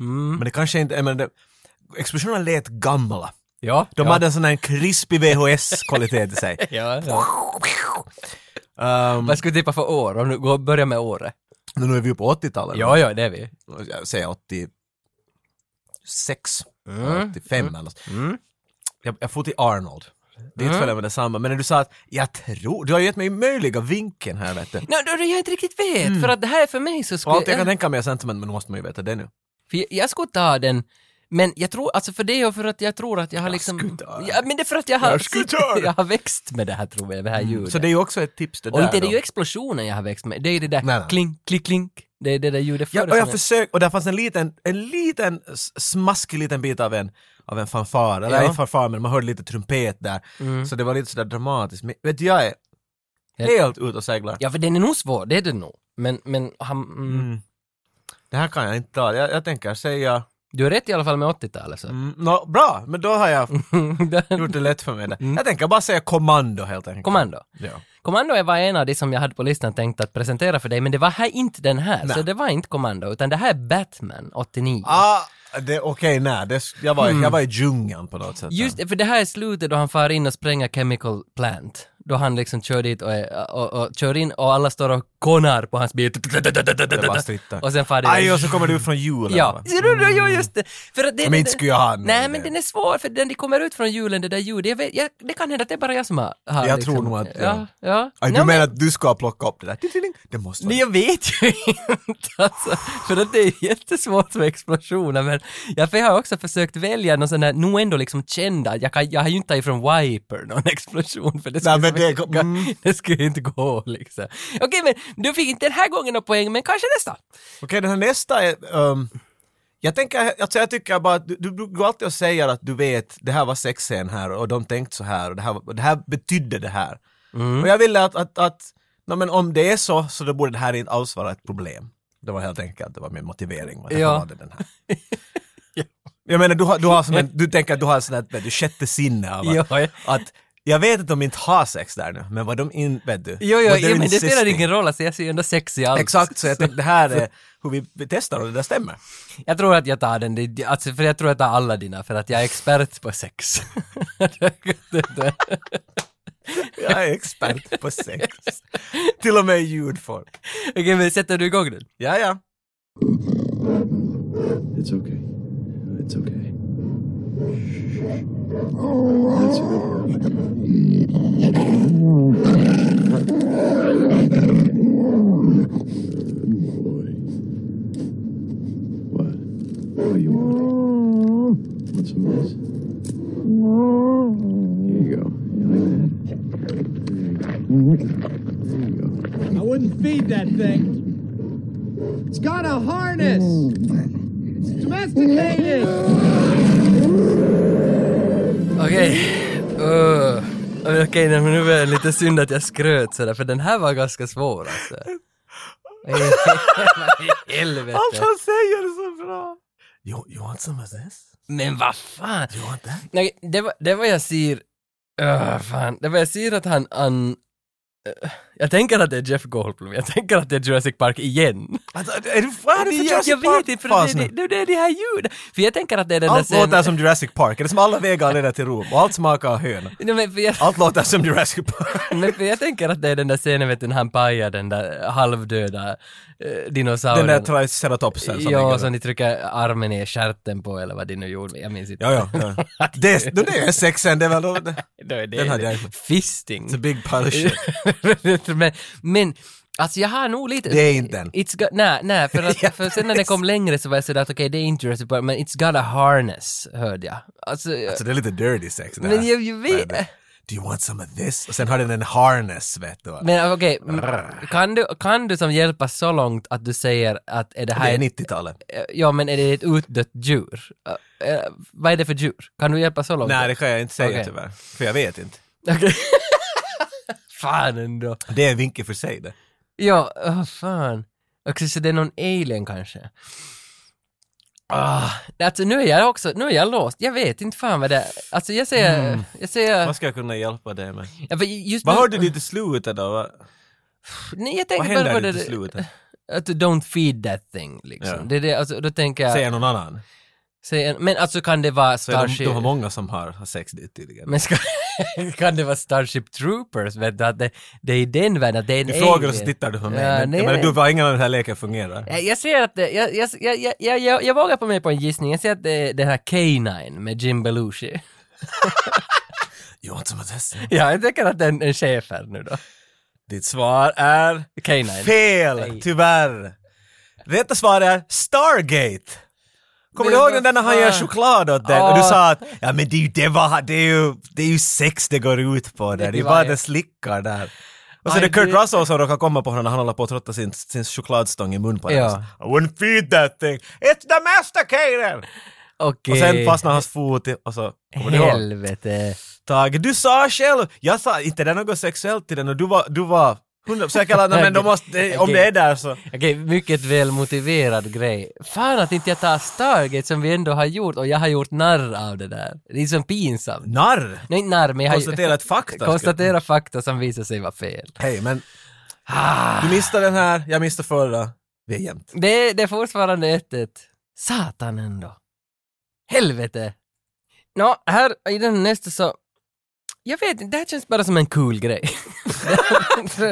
A: Mm.
B: men det kanske inte... Men det, explosionerna lät gamla.
A: Ja.
B: De
A: ja.
B: hade en sån här krispig VHS-kvalitet i sig.
A: Ja, ja.
B: Um,
A: Vad skulle du tippa för år? Om du går, börjar med året.
B: nu är vi ju på 80-talet.
A: Ja, ja, det är vi.
B: Jag säger 86,
A: Mm.
B: 85 eller något. jag, jag får till Arnold. Det är inte
A: Mm.
B: följande med detsamma, men när du sa att jag tror, du har gett mig möjliga vinkeln här vet du.
A: No, no, no, jag inte riktigt vet, för att det här är för mig så
B: Och
A: skulle
B: allt jag Mm. kan tänka mig är sentiment, men nu måste man ju veta det nu.
A: För jag, jag skulle ta den, men jag tror, alltså för det och för att jag tror att jag har liksom...
B: skulle ta den.
A: ja, men det är för att jag har,
B: Jag skulle ta den. Mm.
A: jag har växt med det här tror jag, det här ljudet.
B: Så det är ju också ett tips det
A: Och
B: där
A: inte är det
B: då.
A: ju explosionen jag har växt med, det är ju det där
B: Nej, nej.
A: klink, klick, klink. Det är det där ljudet
B: Ja,
A: förr.
B: och jag
A: som
B: försökte, och där fanns en liten, en liten s- smaskig liten bit av en, av en fanfar, eller
A: Ja.
B: inte fanfar men man hörde lite trumpet där.
A: Mm.
B: Så det var lite sådär dramatiskt. Men vet du, jag är
A: Ja.
B: helt ute och seglar.
A: ja, för den är nog svår, det är den nog. Men, men han, mm.
B: Mm. Det här kan jag inte ta, jag, jag tänker säga,
A: du har rätt i alla fall med 80-talet så.
B: mm, nå, bra, men då har jag Mm.
A: Den-
B: gjort det lätt för mig där.
A: Mm.
B: Jag tänker bara säga kommando helt enkelt.
A: Kommando.
B: Ja.
A: Kommando var en av de som jag hade på listan tänkt att presentera för dig, men det var här inte den här.
B: Nej.
A: Så det var inte Kommando, utan det här är Batman 89.
B: Ah, det, okej, nej, det, jag,
A: Mm.
B: var, jag var i djungeln på något sätt.
A: Just det, för det här är slutet då han far in och spränger Chemical Plant. då han liksom kör dit och, är, och, och, och kör in och alla står och konar på hans bil.
B: Det bara strittar.
A: Och sen far det
B: Aj, och så kommer du från hjulen.
A: Ja,
B: va?
A: jo, jo, just det. För att det,
B: Men inte skulle jag ha en
A: Nej,
B: idé.
A: men den är svår, för den de kommer ut från hjulen, det där ljudet, jag vet, jag, det kan hända att det är bara jag som har... har liksom-
B: Jag tror nog att-
A: Ja, ja.
B: Aj,
A: Nej,
B: du menar att du ska plocka upp det där? Tling-tling. Det måste vara...
A: Nej, jag vet ju inte alltså, för att det är jättesvårt med explosioner men jag för jag har också försökt välja någon sån här, nog ändå liksom kända, jag, kan, jag har ju inte tagit från Wiper någon explosion för det skulle,
B: men det-
A: inte, gå-
B: mm.
A: det skulle inte gå liksom. Okej men du fick inte den här gången någon poäng men kanske nästa.
B: Okej, den här nästa är... ehm, jag tänker, alltså jag tycker bara att du, du går alltid och säger att du vet, det här var sexscen här och de tänkte så här och det här, och det här betydde det här.
A: Mm.
B: Och jag ville att, att, att no, men om det är så, så då borde det här inte alls vara ett problem. Det var helt enkelt, det var min motivering.
A: Ja.
B: Men ja. var det den här. Jag menar, du, har, du, har som en, du tänker att du har en sån här, vet du, sjätte sinne av att,
A: Ja, ja.
B: att jag vet att de inte har sex där nu, men vad de in, vet du.
A: Jo, jo,
B: vad
A: ja,
B: they're
A: men det spelar
B: insisting.
A: ingen roll, alltså, jag ser ju ändå sex i allt.
B: Exakt, så jag tänkte det här är hur vi vi testar och det där stämmer.
A: Jag tror att jag tar den, det- alltså, för jag tror jag tar alla dina för att jag är expert på sex.
B: Jag är expert på sex. Till och med i ljudform.
A: Okej men sätter du igång den?
B: Ja, ja.
E: It's okay. It's okay. That's okay. Boy. What? What do you want? What's the noise? Here you go. You like that? There you go. There you go.
F: I wouldn't feed that thing. It's got a harness. It's domesticated.
A: Okej. Öh. Okej, nej, men nu är det lite synd att jag skröt sådär, för den här var ganska svår alltså. Vad i Helvete.
B: säger är så bra. You, you want some of this?
A: Men vad fan.
B: You want that?
A: Nej, det var, det var jag ser... Öh, fan. Det var jag ser att han... han eh, jag tänker att det är Jeff Goldblum, jag tänker att det är Jurassic Park igen.
B: Alltså, är du fan är du för
A: jag, jag
B: Jurassic
A: vet inte, för det,
B: Park-fas
A: det,
B: nu?
A: det, det är de här ljuden. För jag tänker att det är den
B: Allt
A: där
B: låter som Jurassic Park. Det är som alla vägar leder till Rom och allt smakar höna.
A: Nej, men för jag,
B: Allt låter som Jurassic Park.
A: Men för jag tänker att det är den där scenen vet du, när han pajar den där halvdöda eh,
B: Den
A: dinosaurien.
B: där triceratopsen som ligger
A: Ja,
B: där.
A: som ni trycker armen i stjärten på eller vad det nu gjorde, jag minns inte.
B: Ja, ja. ja. Det, är- det är sexen, det är väl då... det-
A: Då är det
B: Den hade jag inte.
A: Fisting.
B: It's a big pile of shit.
A: men, men, alltså jag har nog lite...
B: Det är inte den.
A: It's got, nej, nej, för,
B: Ja,
A: att, för sen när det kom längre så var jag sådär att okej, det är inte Jurassic Park, men it's got a harness, hörde jag. Alltså,
B: Alltså det är lite dirty sex det
A: men
B: här.
A: jag, jag vet...
B: Men, Do you want some of this? Och sen har den en harness vet du.
A: Men okej, m- kan, du, kan du som hjälpa så långt att du säger att är det
B: det
A: här
B: är
A: ett
B: 90-talet.
A: Eh, Ja, men är det ett utdött djur? Eh, eh, vad är det för djur? Kan du hjälpa så långt?
B: Nej det kan jag inte säga
A: Okej.
B: tyvärr. För jag vet inte.
A: Okej. fan ändå.
B: Det är en vinkel för sig det.
A: Ja, oh, fan. Okej, så det är någon alien kanske? Ah, alltså nu är jag också, nu är jag låst. Jag vet inte fan vad det är. Alltså jag säger,
B: Mm.
A: jag säger,
B: Vad ska jag kunna hjälpa dig med?
A: ja, för just
B: Vad
A: nu-
B: hörde du till slutet då? Va-
A: Nej, jag
B: Vad
A: tänker bara på
B: händer
A: det,
B: till slutet?
A: att du don't feed that thing liksom.
B: Ja.
A: Det är det, alltså då tänker jag,
B: Säger någon annan?
A: säger- men alltså kan det vara
B: Så är de,
A: Starship?
B: de har många som har, har sex dit tydligen.
A: Men ska, kan det vara Starship Troopers? Vet du, att det, det är i den världen, att det är en
B: Du frågar och
A: alien.
B: så tittar du på mig.
A: Ja,
B: men,
A: nej,
B: jag menar,
A: nej.
B: du var ingen av den här leken fungerar.
A: Jag, jag ser att det, jag, jag, jag, jag, jag, jag, jag vågar på mig på en gissning, jag ser att det är den här K-9 med Jim Belushi.
B: You want some of this?
A: Ja, jag tänker att det är en, en schäfer nu då.
B: Ditt svar är
A: K-9.
B: fel,
A: Nej.
B: tyvärr. Rätta svar är Stargate. Kommer
A: Men
B: du
A: vad
B: ihåg den där när han gör
A: fan?
B: choklad åt den? Och du
A: Ja.
B: sa att ja men det är ju, det var, det är ju, det är ju sex det går ut på där, det är
A: var
B: bara
A: det.
B: det slickar där. Och så
A: Aj,
B: det är Kurt
A: det-
B: Russell som råkar komma på honom när han håller på att trotta sin, sin chokladstång i mun på
A: Ja.
B: henne. I wouldn't feed that thing, it's domesticated!
A: Okej.
B: Och sen fastnar hans fot i, och så kommer du ihåg?
A: eh, Helvete.
B: Tage, du sa själv, jag sa inte det är något sexuellt till den och du var, du var hundra säker alla, men de måste, om det är där så.
A: Okej, mycket väl motiverad grej. Fan att inte jag tar Stargate som vi ändå har gjort och jag har gjort narr av det där. Det är så pinsamt.
B: Narr!
A: Nej, inte narr, men jag har ju-
B: Konstaterat fakta.
A: Konstatera fakta som visar sig vara fel.
B: Hej, men du missade den här, jag missade förra. Vi är jämnt.
A: Det, det är fortfarande ett, ett. Satan ändå. Helvete. Nå, här i den nästa så... Jag vet inte, det här känns bara som en cool grej.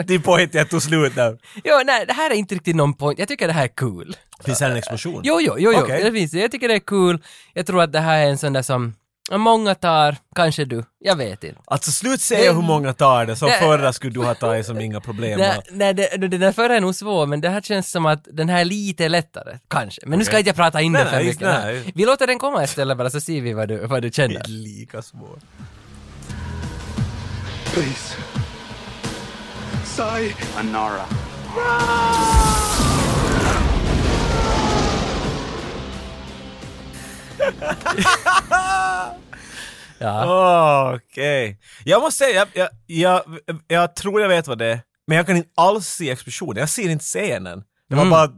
B: Din poäng jag tog slut där.
A: jo, nej, det här är inte riktigt någon point. Jag tycker det här är cool.
B: Finns här en explosion?
A: Jo, jo, jo, jo.
B: Okej.
A: det finns det. Jag tycker det är cool. Jag tror att det här är en sån där som många tar, kanske du. Jag vet inte.
B: Alltså slut säga hur många tar det, som
A: Nej.
B: förra skulle du ha tagit som inga problem.
A: Nej, nej det, det- den där förra är nog svår, men det här känns som att den här är lite lättare, kanske. Men nu ska inte jag prata in
B: Nej,
A: det för
B: nej,
A: mycket.
B: nej.
A: här. Vi låter den komma istället bara, så ser vi vad du, vad du känner.
B: Inte Lika svår.
D: Please. Sai.
C: Anara.
A: Ja.
B: Okej. Jag måste säga, jag, jag, jag, jag tror jag vet vad det är, men jag kan inte alls se explosionen. Jag ser inte scenen. Det var
A: Mm.
B: bara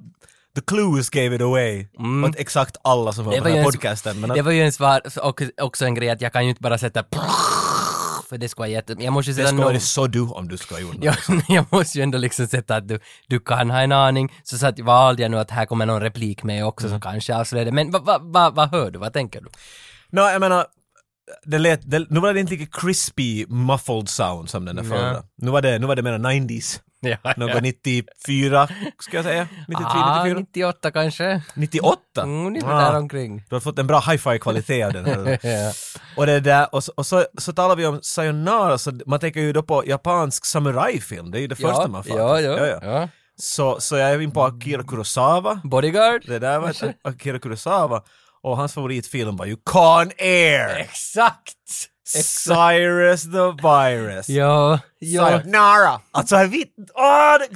B: the clues gave it away.
A: Mm.
B: Åt exakt alla som hör
A: Det
B: på
A: var
B: den
A: ju
B: här
A: en-
B: podcasten. Men
A: Det
B: att,
A: var ju en svar, och också en grej att jag kan ju inte bara sätta för det skulle vara jätte... Jag måste ju
B: det
A: sätta
B: skulle
A: någon...
B: varit så du om du skulle ha gjort något.
A: Jag, jag måste ju ändå liksom sätta att du, du kan ha en aning, så satt, valde jag nu att här kommer någon replik med också
B: Mm.
A: som kanske avslöjar det. Men vad va, va, vad hör du? Vad tänker du?
B: Nå, jag menar, det lät, det, nu var det inte lika crispy muffled sound som den där förra. Nu var det, nu var det mera 90s.
A: Ja,
B: Något 94, ska jag säga? 93,
A: ah,
B: 94?
A: 98 kanske?
B: 98?
A: Mm, det är
B: Ah.
A: där omkring.
B: Du har fått en bra hi-fi-kvalitet av den här.
A: Ja.
B: Och, det där, och, så, och så, så talar vi om sayonara, så man tänker ju då på japansk samurajfilm, det är ju det första man fattar.
A: ja, ja,
B: Ja,
A: ja.
B: ja. Så, så jag är in på Akira Kurosawa,
A: Bodyguard?
B: det där var ett- Akira Kurosawa, och hans favoritfilm var ju Con Air!
A: Exakt!
B: Cyrus the Virus!
A: Ja, ja.
B: Sayonara! Alltså jag vet åh, det,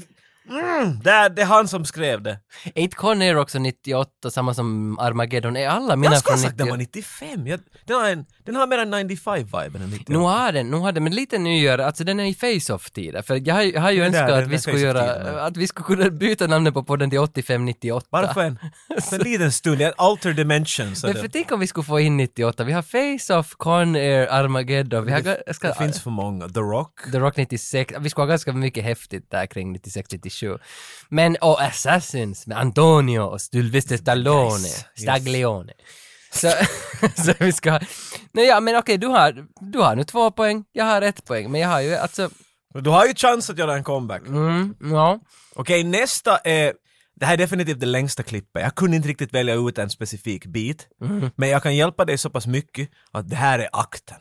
B: mm, det, är- det är han som skrev det.
A: Är inte Conair också 98, samma som Armageddon? Är alla mina
B: Jag skulle ha
A: från
B: sagt den var
A: 98?
B: 95, jag, den, har en, den har mer en 95-vibe än 90.
A: Nu har den, nu har den, men lite nyare, alltså den är i face-off-tiden. För jag, har ju- jag har ju
B: där,
A: önskat
B: den
A: att
B: där
A: vi skulle
B: Face-Off-tiden,
A: göra,
B: ja.
A: att vi skulle kunna byta namnet på podden till 8598.
B: Bara för en, för en liten stund, en alter dimension. Så
A: Men
B: det,
A: för tänk om vi skulle få in 98, vi har Face-Off, Conair, Armageddon, vi har... ga- jag ska-
B: det finns för många. The Rock.
A: The Rock 96, vi skulle ha ganska mycket häftigt där kring 96-97. Men, och Assassins med Antonio och Sylvester Stallone,
B: Yes, yes.
A: Staglione. Så, så vi ska ha... Nej, ja, men okej, du har, du har nu två poäng, jag har ett poäng, men jag har ju alltså...
B: Du har ju chans att göra en comeback.
A: Mm, ja.
B: Okej, nästa är... Det här är definitivt det längsta klippet. Jag kunde inte riktigt välja ut en specifik bit.
A: Mhm.
B: Men jag kan hjälpa dig så pass mycket att det här är akten.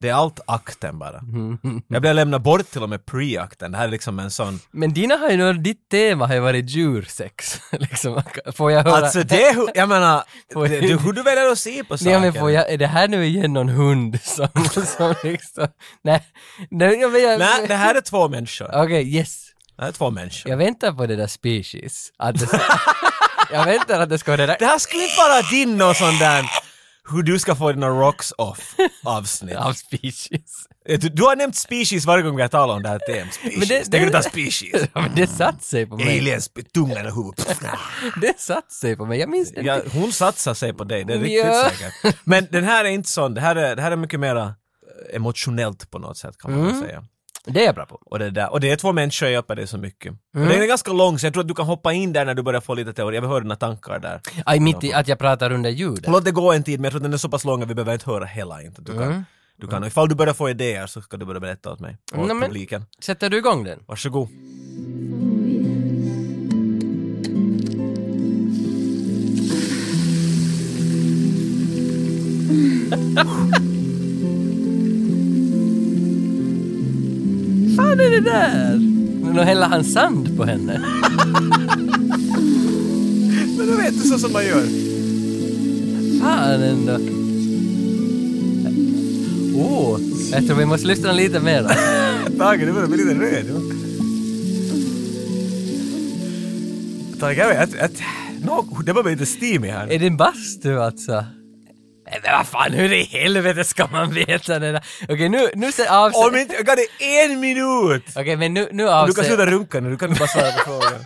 B: Det är allt akten bara.
A: Mhm.
B: Jag blev lämnad bort till och med pre-akten. Det här är liksom en sån...
A: Men dina har ju, nu- ditt tema har ju varit djursex. liksom, får jag höra?
B: Alltså det är hur... Jag menar,
A: Får
B: det,
A: jag-
B: det, hur du väljer att se på
A: Nej
B: saken.
A: men får jag, är det här nu igen någon hund som, som liksom, nej, nej, jag, jag,
B: Nej, det här är två människor.
A: Okej, yes.
B: Det här är två människor.
A: Jag väntar på det där species. Att det ska, jag väntar att det ska vara det
B: Det
A: där
B: här skulle inte vara din någon sån där hur du ska få dina rocks off avsnitt.
A: av species.
B: Du, du har nämnt species varje gång vi har talat om det här temat. Species.
A: det-
B: det, kan du
A: det-
B: ta species.
A: Ja, men det satt sig på mig.
B: Aliens, tungan och huvudet. Pff, nej.
A: Det satt sig på mig. Jag minns det.
B: Ja,
A: inte.
B: hon satsar sig på dig, det är riktigt
A: Ja.
B: säkert. Men den här är inte sån, det här är, det här är mycket mer emotionellt på något sätt kan man
A: Mm.
B: väl säga.
A: Det är jag bra på.
B: Och det, där. och det är två människor, jag hjälper dig så mycket.
A: Mm.
B: Och den är ganska lång, så jag tror att du kan hoppa in där när du börjar få lite teori. Jag vill höra dina tankar där.
A: Aj, mitt i att jag pratar under ljudet.
B: Låt det gå en tid, men jag tror att den är så pass lång att vi behöver inte höra hela. Inte. Du kan,
A: Mm.
B: du kan, och ifall du börjar få idéer så ska du börja berätta åt mig och åt
A: Nej, men-
B: publiken.
A: Sätter du igång den?
B: Varsågod.
A: fan är det där? Men då häller han sand på henne.
B: Men du vet, det är så som man gör.
A: Fan ändå. Åh, Oh, jag tror vi måste lyssna lite mer.
B: Tage, du börjar bli lite röd. ja. Tage, jag vet att... No, det börjar bli lite steamy här.
A: Är det en bastu alltså? Nej, Men vad fan, hur i helvete ska man veta det där? Okej, nu, nu ser avsnitt...
B: Om inte... Jag gav dig en minut!
A: Okej, men nu, nu
B: Du kan
A: avser...
B: sluta runka nu, du kan bara svara på frågan.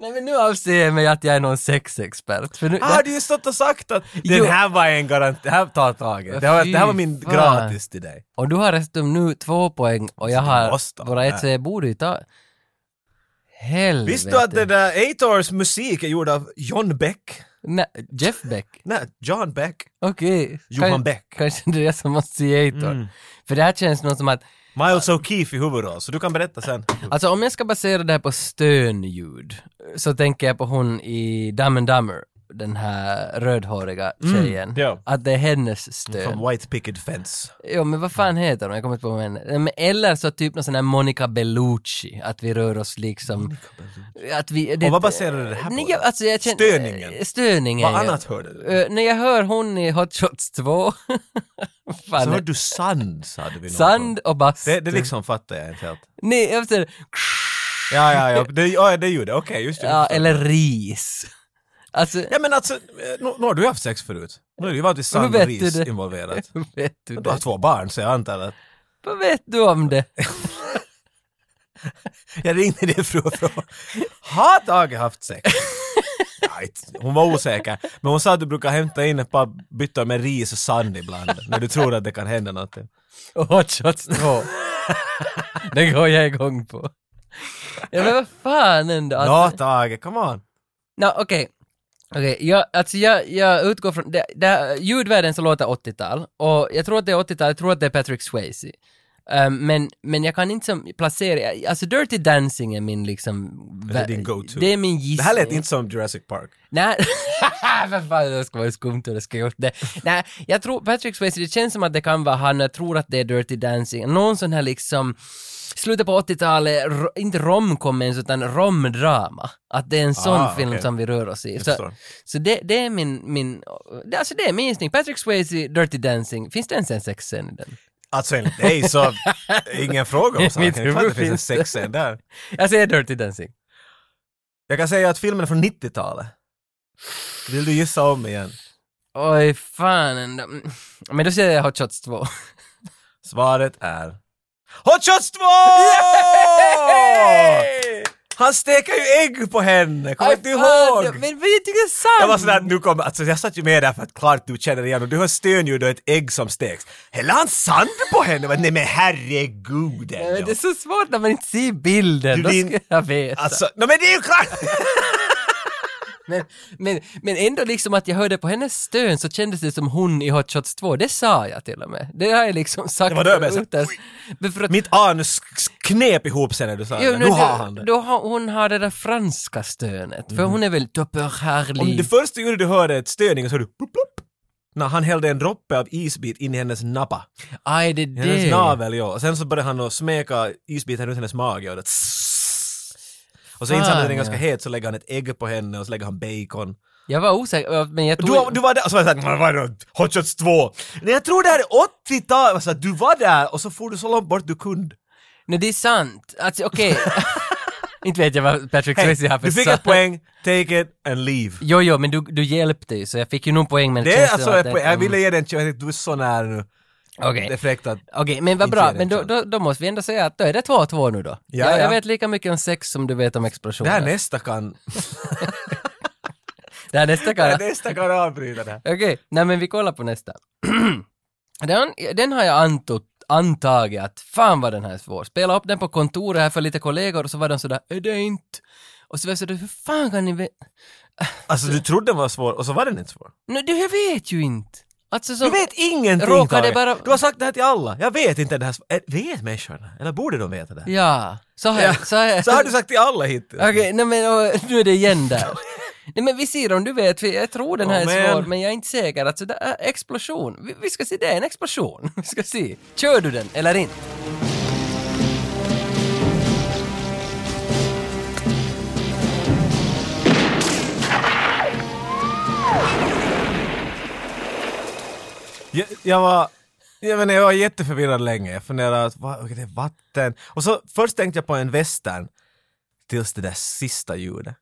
A: Nej, men nu avser jag mig att jag är någon sexexpert. För nu...
B: Ah, du har ju stått och sagt att
A: Jo.
B: den här var en garant... Det här tar Tage. Det här, var- det här var min
A: Fy fan.
B: gratis till dig.
A: Och du har dessutom nu två poäng och jag
B: Så du
A: har
B: måste ha
A: bara
B: det.
A: ett, så jag borde ju ta... Helvete.
B: Visste du att det där Ators musik är gjord av John Beck?
A: Nej, Jeff Beck?
B: Nej, John Beck.
A: Okej.
B: Johan
A: Kan-
B: Beck. Mm.
A: Kanske det är jag som Aciator. För det här känns nog som att,
B: Miles O'Keefe i huvudroll, så du kan berätta sen.
A: alltså om jag ska basera det här på stönljud, så tänker jag på hon i Dumb and Dumber, den här rödhåriga tjejen.
B: Mm, ja.
A: Att det är hennes stön.
B: Från White Picket Fence.
A: Jo men vad fan heter hon? Jag kommer inte på vad hon heter. Men Eller så typ någon sån här Monica Bellucci, att vi rör oss liksom... Att vi, det,
B: Och vad baserar du det här på?
A: Nej, jag, alltså, jag känner,
B: Stöningen?
A: Stöningen,
B: Vad
A: ja.
B: annat hörde du?
A: Eh, när jag hör hon i Hot Shots 2, fan,
B: Så hörde du sand, sa du vid någon
A: sand
B: gång.
A: och bastu.
B: Det, det liksom fattar jag inte helt.
A: Nej, efter,
B: Ja, ja, ja. Det, ja, det gjorde jag. Okej, just det.
A: ja, eller ris. Alltså,
B: Ja, men alltså, eh, nu, nu har du haft sex förut. Nu är det ju vanligtvis
A: Hur
B: sand och
A: vet du
B: ris
A: det?
B: involverat.
A: vet du
B: Du har
A: det?
B: två barn, så jag antar att...
A: Vad vet du om det?
B: Jag ringde din fru och frågade, har Tage haft sex? Nej, inte- hon var osäker, men hon sa att du brukar hämta in ett par byttor med ris och sand ibland, när du tror att det kan hända någonting.
A: Och Hot Shots 2. det går jag igång på. Ja men vad fan ändå. alltså.
B: Nå, Tage, come on!
A: Nå, okej. Okej, jag, alltså jag, jag utgår från, det, det, ljudvärlden så låter 80-tal och jag tror att det är 80-tal, jag tror att det är Patrick Swayze. Ehm, men, men jag kan inte som placera, alltså Dirty Dancing är min liksom...
B: Det är din go-to.
A: Det är min gissning.
B: Det här lät inte som Jurassic Park.
A: Nej, vad fan, det skulle vara skumt om det skulle gjort det. Nej, jag tror Patrick Swayze, det känns som att det kan vara han, jag tror att det är Dirty Dancing, någon sån här liksom slutet på 80-talet, ro- inte romcom ens utan romdrama. Att det är en sån
B: Ah,
A: film
B: okej.
A: som vi rör oss i. Så,
B: förstår.
A: så det, det är min, min det, alltså det är min gissning. Patrick Swayze, Dirty Dancing, finns det ens en sexscen i den?
B: Alltså enligt dig så, ingen fråga om saken.
A: Mitt
B: Det är klart det
A: huvud
B: finns en
A: finns det.
B: sexscen där.
A: Jag säger Dirty Dancing.
B: Jag kan säga att filmen är från 90-talet. Vill du gissa om igen?
A: Oj, fan ändå. Mm. Men då säger jag Hot Shots 2.
B: Svaret är... Hot Shots 2! Han steker ju ägg på henne, kommer inte
A: Aj, fan,
B: ihåg?
A: Men, men jag tycker det är sant!
B: Jag var sådär, nu kommer, alltså jag satt ju med där för att klart du känner igen och du hör stönljud och ett ägg som steks. Häller han sand på henne? Jag bara, Nej men herregud!
A: Ja, men
B: ändå.
A: Det är så svårt när man inte ser bilden,
B: Du,
A: då
B: din-
A: ska jag veta.
B: Alltså, nej men det är ju klart!
A: Men, men, men ändå liksom att jag hörde på hennes stön så kändes det som hon i Hot Shots 2, det sa jag till och med. Det har jag liksom sagt.
B: Det var då jag började
A: utan- Men för att,
B: Mitt anus knep ihop sig när du sa
A: Jo,
B: det. Nu har han det. Mm.
A: Då har, hon har det där franska stönet, för hon är väl
B: Om
A: topperhärlig.
B: det första du gjorde du hörde ett stöning och så hörde du plopp, plopp. När han hällde en droppe av isbit in i hennes nappa.
A: Aj, det är
B: I hennes
A: det.
B: navel, ja. Och sen så började han att smeka isbiten runt hennes mage och det tss. Och så
A: Fan,
B: inser han att den är ganska
A: ja.
B: het så lägger han ett ägg på henne och så lägger han bacon.
A: Jag var osäker, men jag
B: Och
A: tog...
B: Du, du var där och så var jag såhär, vad är det? Hot Shots 2? Nej jag tror det här är 80-tal! Alltså, du var där och så for du så långt bort du kunde.
A: Nej, det är sant. Alltså, okej. inte vet jag vad Patrick
B: Hey,
A: Swayze har för
B: du fick
A: sa-
B: ett poäng, take it and leave.
A: Jo, jo, men du, du hjälpte ju, så jag fick ju nog poäng, men
B: Det
A: känns
B: är
A: som
B: alltså
A: att
B: ett
A: det-
B: poäng, jag
A: mm.
B: ville ge dig en chans, du är så nära nu.
A: Okej.
B: Det är fräckt att...
A: Okej, men vad
B: Inte
A: bra,
B: är det
A: men då,
B: sant.
A: då, då måste vi ändå säga att då är det 2-2 nu då. jag,
B: ja.
A: jag vet lika mycket om sex som du vet om explosioner.
B: Det här nästa kan...
A: det här nästa
B: Det
A: kan
B: här
A: jag.
B: nästa kan avbryta det här.
A: Okej, nej men vi kollar på nästa. den, den har jag antott, antagit att fan vad den här är svår. Spela upp den på kontoret här för lite kollegor och så var de sådär är det inte? Och så var jag sådär hur fan kan ni veta?
B: Alltså du trodde den var svår och så var den inte svår.
A: Nej, du, jag vet ju inte. Alltså så...
B: Du vet ingenting
A: Råkar det
B: Tage.
A: bara-
B: Du har sagt det här till alla. Jag vet inte det här. sv- Ä- Vet människorna? Eller borde de veta det? här?
A: Ja, så har jag... Så har jag...
B: Så har du sagt till alla hittills.
A: Okej, nej men och, nu är det igen där. nej men vi ser om du vet, för jag tror den här
B: Åh,
A: är
B: men.
A: svår, men jag är inte säker. Alltså, det är explosion. Vi, vi ska se, det är en explosion. Vi ska se. Kör du den eller inte?
B: Jag, jag var... Jag, menar, jag var jätteförvirrad länge. Jag funderade, att, va, okej, det är vatten. Och så först tänkte jag på en western. Tills det där sista ljudet.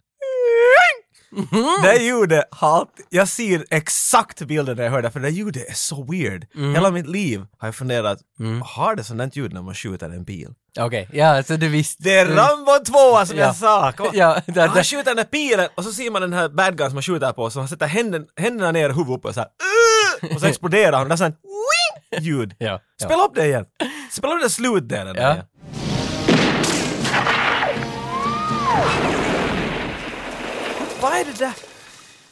B: Det ljudet har alltid- Jag ser exakt bilden när jag hör det, för det där ljudet är så weird. Hela mitt liv har jag funderat, har det sånt där ljud när man skjuter en bil?
A: Okej, ja, så du visste.
B: Det är
A: du
B: Rambo 2 som
A: Mm. Ja.
B: jag sa! Kom.
A: Ja, det-
B: Och
A: det-
B: han skjuter den där pilen och så ser man den här bad guy som han skjuter på så han sätter händen, händerna ner och huvudet uppe och så här, "Ugh!" och så exploderar han och där är en ljud.
A: Ja, ja.
B: Spela upp det igen! Spela upp den slutdelen där
A: Ja.
B: igen. Vad är det där?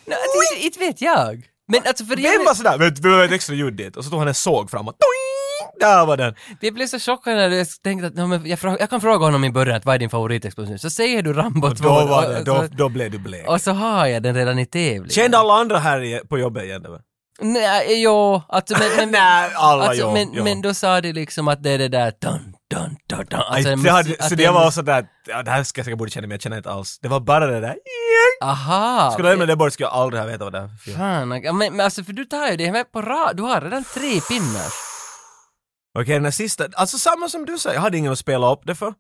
A: Nej, alltså, inte- inte vet jag. Men alltså för jag,
B: Vem var sådär, vi behöver ett extra ljud dit. Och så tog han en såg framåt. Doing! Där var den.
A: jag blev så chockad när jag tänkte att ja, men jag, frå- jag kan fråga honom i början att vad är din favoritexplosion? Så säger du Rambo 2.
B: Då var det,
A: och,
B: då,
A: så,
B: då blev du blek.
A: och så har jag den redan i tävlingen.
B: Kände alla andra här i- på jobbet igen? eller?
A: Nej, jo, alltså men... men
B: Nej, alla
A: alltså,
B: jo,
A: men,
B: jo.
A: men då sa de liksom att det är det där dun, dun, dun, dun. Alltså,
B: Nej,
A: en
B: det
A: musik-
B: hade, så
A: att
B: det
A: en
B: var
A: musik-
B: sådär, ja, det här ska jag säkert borde känna men jag känner inte alls. Det var bara det där.
A: Aha!
B: Skulle jag lämna det bort skulle jag aldrig ha vetat vad det var för film.
A: Fan, men, men alltså för du tar ju det med på rad, du har redan tre pinnar.
B: Okej, den här sista. Alltså samma som du sa, jag hade ingen att spela upp det för.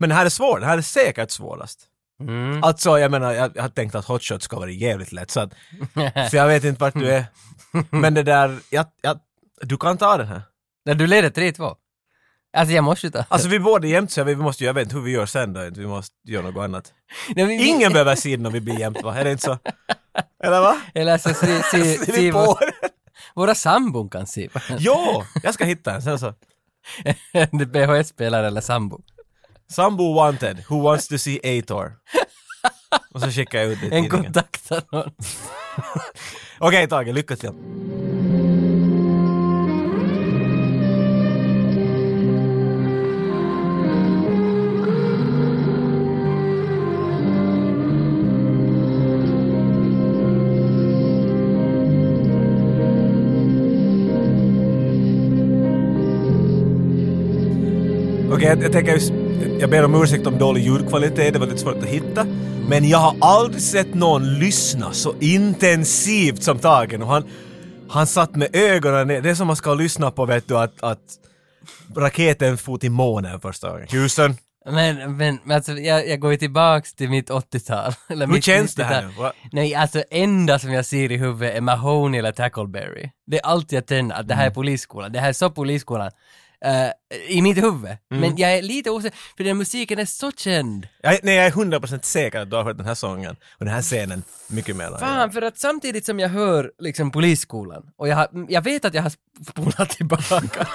B: Men det här är svårt, det här är säkert svårast.
A: Mm.
B: Alltså jag menar, jag, jag har tänkt att hot shot ska vara jävligt lätt så att,
A: Äh.
B: så jag vet inte vart
A: Mm.
B: du är. Men det där, jag, jag, du kan ta den här.
A: När du leder 3-2. Alltså jag måste ju ta...
B: Alltså vi båda är jämt så vi måste ju, jag vet inte hur vi gör sen då, vi måste göra något annat.
A: Nej, men vi-
B: Ingen behöver siden om vi blir jämt va? Är det inte så? Eller va?
A: Eller så se, se,
B: Ser
A: se
B: vi
A: vad,
B: på Alltså, det?
A: våra sambon kan se.
B: Jo! Jag ska hitta en sen så.
A: Det BHS-spelare eller sambo.
B: Sambo wanted, who wants to see Ator? Och så skickar jag ut det i
A: En
B: tidningen.
A: kontaktar någon.
B: Okej Tage, lycka till. Okej, jag, jag tänker just, jag ber om ursäkt om dålig ljudkvalitet, det var lite svårt att hitta. Men jag har aldrig sett någon lyssna så intensivt som Tagen och han, han satt med ögonen ner. Det är som man ska lyssna på vet du att, att raketen for till månen första gången. Houston,
A: Men, men, men alltså, jag, jag går ju tillbaks till mitt 80-tal. Eller
B: hur
A: mitt
B: känns det här
A: 90-tal.
B: nu? Va?
A: Nej, alltså enda som jag ser i huvudet är Mahoney eller Tackleberry. Det är allt jag tänker, att det här är polisskolan, det här är så polisskolan. Eh, I mitt huvud. Men jag är lite osäker, för den musiken är så känd.
B: Jag, nej, jag är 100% säker att du har hört den här sången och den här scenen mycket mer. än jag.
A: Fan, för att samtidigt som jag hör liksom polisskolan, och jag, har, jag vet att jag har spolat tillbaka.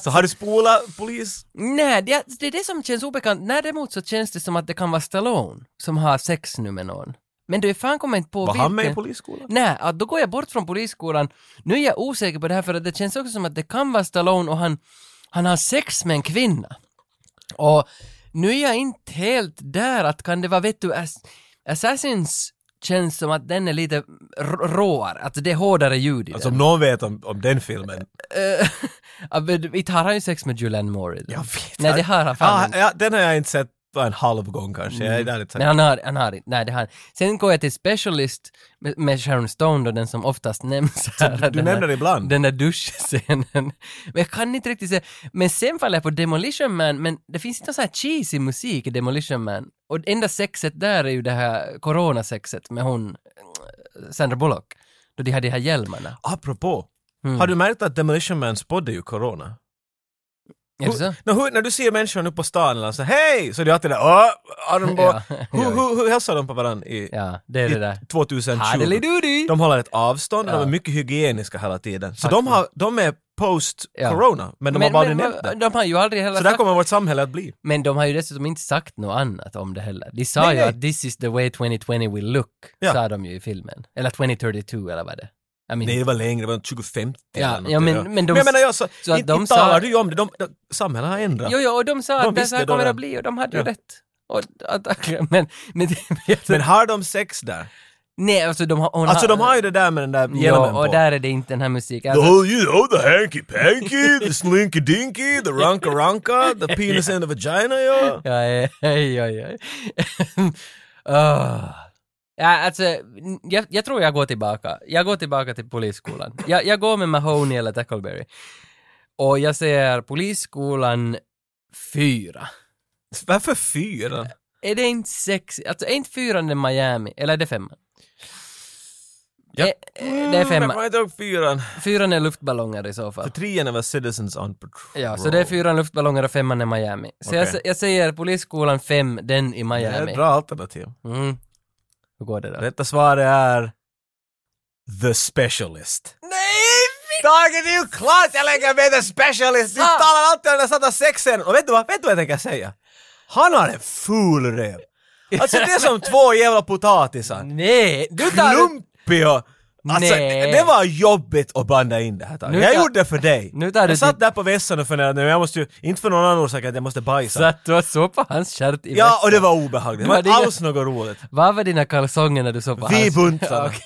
B: Så har du spolat polis?
A: Nej, det, det är det som känns obekant. Nej, däremot så känns det som att det kan vara Stallone som har sex nu med någon. Men du, fan kommer inte på
B: Var han med i
A: vilken.
B: polisskolan?
A: Nej, att då går jag bort från polisskolan. Nu är jag osäker på det här för att det känns också som att det kan vara Stallone och han, han har sex med en kvinna. Och nu är jag inte helt där att kan det vara, vet du, Ass- Assassins känns som att den är lite r- råare, att det är hårdare ljud i
B: Alltså om
A: den.
B: någon vet om, om den filmen.
A: Eh, ja, men Inte har han ju sex med Julianne Moore i den.
B: Jag vet
A: Nej, det har han fan
B: Ah,
A: inte. Mm.
B: ja, den har jag inte sett bara en halv gång kanske. Jag är där lite
A: Nej,
B: säker.
A: han har, han har inte. Nej, det har han. Sen går jag till Specialist med, med Sharon Stone då, den som oftast nämns här.
B: Du
A: Den här-
B: nämner det ibland.
A: den där duschscenen. Men jag kan inte riktigt se. Men sen faller jag på Demolition Man, men det finns inte någon sån här cheesy musik i Demolition Man. Och det enda sexet där är ju det här coronasexet med hon, eh, Sandra Bullock. Då de hade de här hjälmarna.
B: Apropå,
A: Mm.
B: har du märkt att Demolition Man spådde ju corona?
A: Är det så?
B: När, hur, när du ser människor nu på stan eller så hej! Så är det alltid där, åh, armbå.
A: Ja,
B: hur,
A: jo.
B: hur, hur hälsar de på varandra i,
A: Ja, det är det där.
B: i 2020?
A: Hadelidudi!
B: De håller ett avstånd och
A: Ja.
B: de är mycket hygieniska hela tiden. Så
A: Faktiskt.
B: de, har, de är post-corona, men de har bara aldrig nämnt det.
A: de har ju aldrig heller
B: Så där
A: sagt,
B: kommer vårt samhälle att bli.
A: men de har ju dessutom inte sagt något annat om det heller. De sa
B: Nej,
A: ju
B: nej.
A: att this is the way 2020 will look,
B: Ja.
A: sa de ju i filmen. Eller 2032 eller vad det är. Jag minns
B: Nej, det var längre, det var 2050
A: Ja,
B: eller något
A: ja, men-
B: där.
A: men de-
B: jag menar, jag, så,
A: så att
B: inte,
A: de
B: inte
A: sa-
B: talar du ju om det, de, de, samhället har ändrat.
A: Jo, jo, och de sa
B: De
A: att det
B: visste
A: så här
B: då
A: kommer det
B: det.
A: att bli och de hade ju
B: Ja.
A: rätt. Och, att, men, men,
B: Men har de sex där?
A: nej, alltså de har... hon
B: Alltså de har ju det där med den där hjälmen
A: Jo,
B: på.
A: och där är det inte den här musiken.
B: The
A: Alltså,
B: whole, you know, the hanky panky, the slinky dinky, the runka runka, the penis and the vagina, ja.
A: ja, eh, ja, ja, ja. Åh. Ah. Ja, alltså, n- jag, jag tror jag går tillbaka. Jag går tillbaka till polisskolan. Jag, jag går med Mahoney eller Tackleberry. Och jag ser polisskolan fyra.
B: Varför
A: Eh,
B: fyra?
A: Är det inte sex? Alltså, är inte fyran den Miami? Eller är det femman?
B: Ja.
A: Eh, eh, Det är
B: Mm, jag
A: femman.
B: kommer inte ihåg fyran.
A: Fyran är luftballonger i så fall.
B: För trean är väl Citizens on Patrol.
A: Ja, så det är fyran luftballonger och femman är Miami. Så jag,
B: Okej.
A: jag säger polisskolan fem, den i
B: Det är
A: Miami.
B: ett bra alternativ.
A: Mm. Hur går det då?
B: Rätta svaret är... The Specialist.
A: Nej!
B: Dagen är ju klart jag lägger med The Specialist! Du
A: Ah.
B: talar alltid om den där satta sexen! Och vet du vad, vet du vad jag tänker säga? Han har en ful röv. Alltså det är som två jävla potatisar.
A: Nej! Du tar...
B: Klumpig och... Alltså,
A: Nej.
B: det var jobbigt att blanda in det här Tage.
A: Nu
B: Jag
A: tar-
B: gjorde det för dig.
A: Nu tar du
B: jag satt
A: ditt-
B: där på vässan och funderade, nu jag måste ju, inte för någon annan orsak att jag måste bajsa.
A: Satt du och såg på hans stjärt i
B: Ja,
A: väskan?
B: och det var obehagligt. Det var
A: Du
B: inte
A: hade
B: alls något roligt.
A: Vad var dina kalsonger när du såg på
B: Vi
A: hans?
B: buntarna.
A: Okej.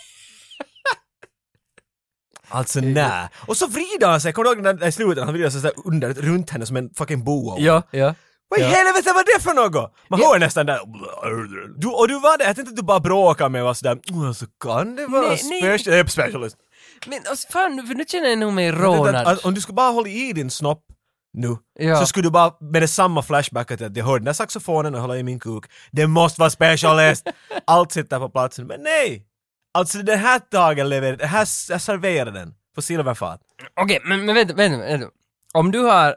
B: Alltså nä. Och så vrider han sig, kommer du ihåg när- när i slutet han vrider sig sådär under, runt henne som en fucking boa?
A: Ja, ja.
B: Vad i
A: ja.
B: helvete var det för något? Man hör nästan där... Du, och du var där, jag tänkte att du bara bråkade med och var sådär "Mm, så kan det vara
A: Nej, nej.
B: special... Nej. specialist.
A: Men alltså, fan, nu- för nu känner jag nog mig
B: Jag tänkte att-
A: rånad.
B: att Om du skulle bara hålla i din snopp nu,
A: Ja.
B: så skulle du bara med detsamma flashbacka till att jag hörde den där saxofonen och hålla i min kuk. Det måste vara specialist! Allt sitter på platsen, men nej! Alltså den här dagen lever, det här, jag serverar den på silverfat.
A: Okej, men, men vänta, vänta, vänta. Om du har...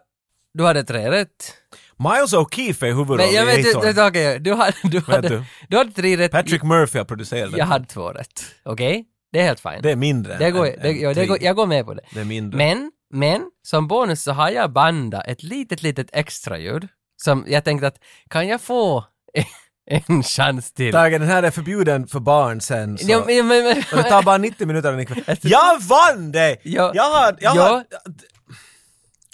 A: Du hade tre rätt.
B: Miles O'Keefe är huvudrollen
A: Men jag
B: i
A: vet inte,
B: Hator.
A: okej, du hade... Du hade,
B: du?
A: du hade tre rätt.
B: Patrick Murphy har producerat den.
A: Jag hade två rätt. Okej? Det är helt fine.
B: Det är mindre
A: Det går,
B: än-
A: det,
B: än
A: ja, det
B: tre.
A: går, jag går med på det.
B: Det är mindre.
A: Men, men, som bonus så har jag bandat ett litet, litet extra ljud som jag tänkte att kan jag få en chans till?
B: Tage, den här är förbjuden för barn sen. Så.
A: Ja, men, men, men,
B: Och det tar bara 90 minuter en ikväll. Jag vann dig!
A: Ja.
B: Jag har... Jag
A: Ja.
B: har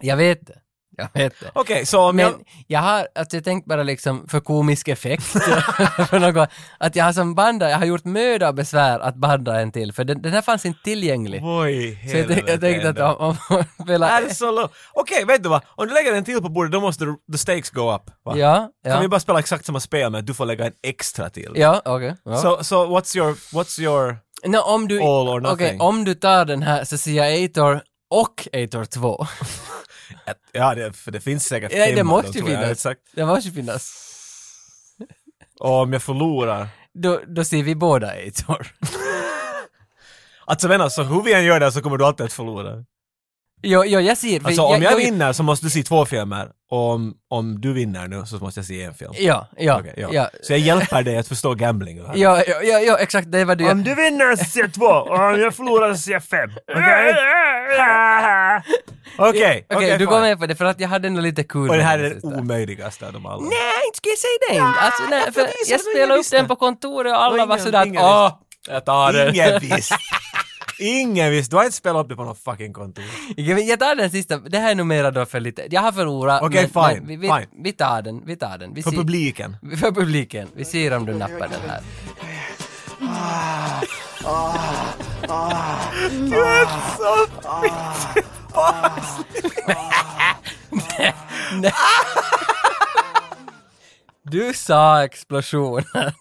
A: jag vet det. Jag vet det.
B: Okej, så om
A: Men
B: jag...
A: jag har, alltså jag tänkte bara liksom för komisk effekt, för något, att jag har som banda, jag har gjort möda och besvär att banda en till, för den, den här fanns inte tillgänglig.
B: Oj,
A: Så jag, tänk, jag tänkte att om, om man spelar...
B: Är det så lo- Okej, vet du vad? Om du lägger den till på bordet då måste du- the stakes go up. Va?
A: Ja,
B: Kan vi
A: ja.
B: bara spela exakt samma spel men du får lägga en extra till?
A: Ja, okej. ja.
B: Så so, what's your... What's your...
A: Nå, om du...
B: All or
A: okej,
B: nothing.
A: om du tar den här Cecilia Aitor och Aitor 2.
B: Ja, det, för det finns säkert
A: Nej,
B: fem
A: det
B: av dem,
A: måste ju
B: tror jag.
A: finnas.
B: Exakt.
A: Det måste ju finnas.
B: Och om jag förlorar...
A: Då, då ser vi båda Aitor.
B: Alltså vänner, så hur vi än gör det så kommer du alltid att förlora.
A: Jo, jo, jag ser... för
B: Alltså om jag vinner så måste du se två filmer. Och om, om du vinner nu så måste jag se en film.
A: Ja, ja,
B: Okej,
A: ja.
B: ja.
A: ja.
B: Så jag hjälper dig att förstå gambling. och här.
A: Ja, ja, ja, ja, exakt, det var det
B: Om du vinner så ser jag två och om jag förlorar så ser jag fem. Okej? Okej,
A: Okej, du går med på det för att jag hade nog lite kul
B: Och den
A: med
B: här
A: den
B: är den
A: sista.
B: omöjligaste av dem alla.
A: Nej, inte skulle jag säga det. Alltså, nej, för
B: visst,
A: jag
B: det var
A: spelade
B: ingen
A: upp den
B: lista.
A: på kontoret och alla
B: Det var
A: var
B: ingen-
A: sådär
B: ingen
A: att åh, jag tar den.
B: Ingen visste. Ingen visste. Du har inte spelat upp det på någon fucking kontor.
A: Ja, men Jag tar den sista, det här är numera då för lite, jag har förlorat.
B: Okej,
A: men-
B: fine,
A: men vi, vi,
B: fine.
A: vi tar den, vi tar den. Vi
B: För
A: ser-
B: publiken.
A: För publiken. Vi ser om du nappar den här. Nej. Du sa explosioner.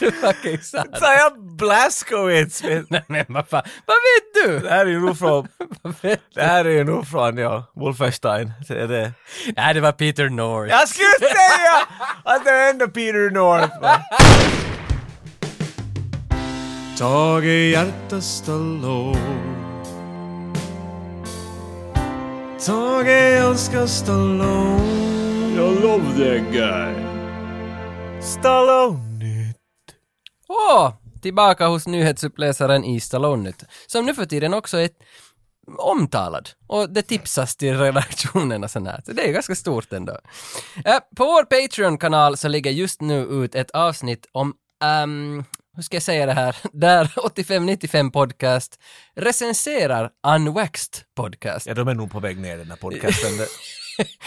A: Du fucking sa det.
B: Så jag Blaskowitz? vet-
A: Nej, Men vad fan, vad vet
B: Det
A: du?
B: här är ju nog från...
A: Vad vet
B: Det här är ju nog från, ja, Wolfenstein. Det är det.
A: du? Nej, det var Peter North.
B: Jag skulle säga att det är ändå Peter North. va?
G: Tage Hjärtestallone Tage älskar Stallone
D: I love that guy.
B: Stallone.
A: Åh! Tillbaka hos nyhetsuppläsaren i Stallone-nytt, som nu för tiden också är omtalad. Och det tipsas till redaktionen och sånt här. Så det är ju ganska stort ändå. Eh, på vår Patreon-kanal så ligger just nu ut ett avsnitt om ehm, hur ska jag säga det här? Där 8595 Podcast recenserar Unwaxed Podcast.
B: Ja, de är nog på väg ner i den här podcasten. Det-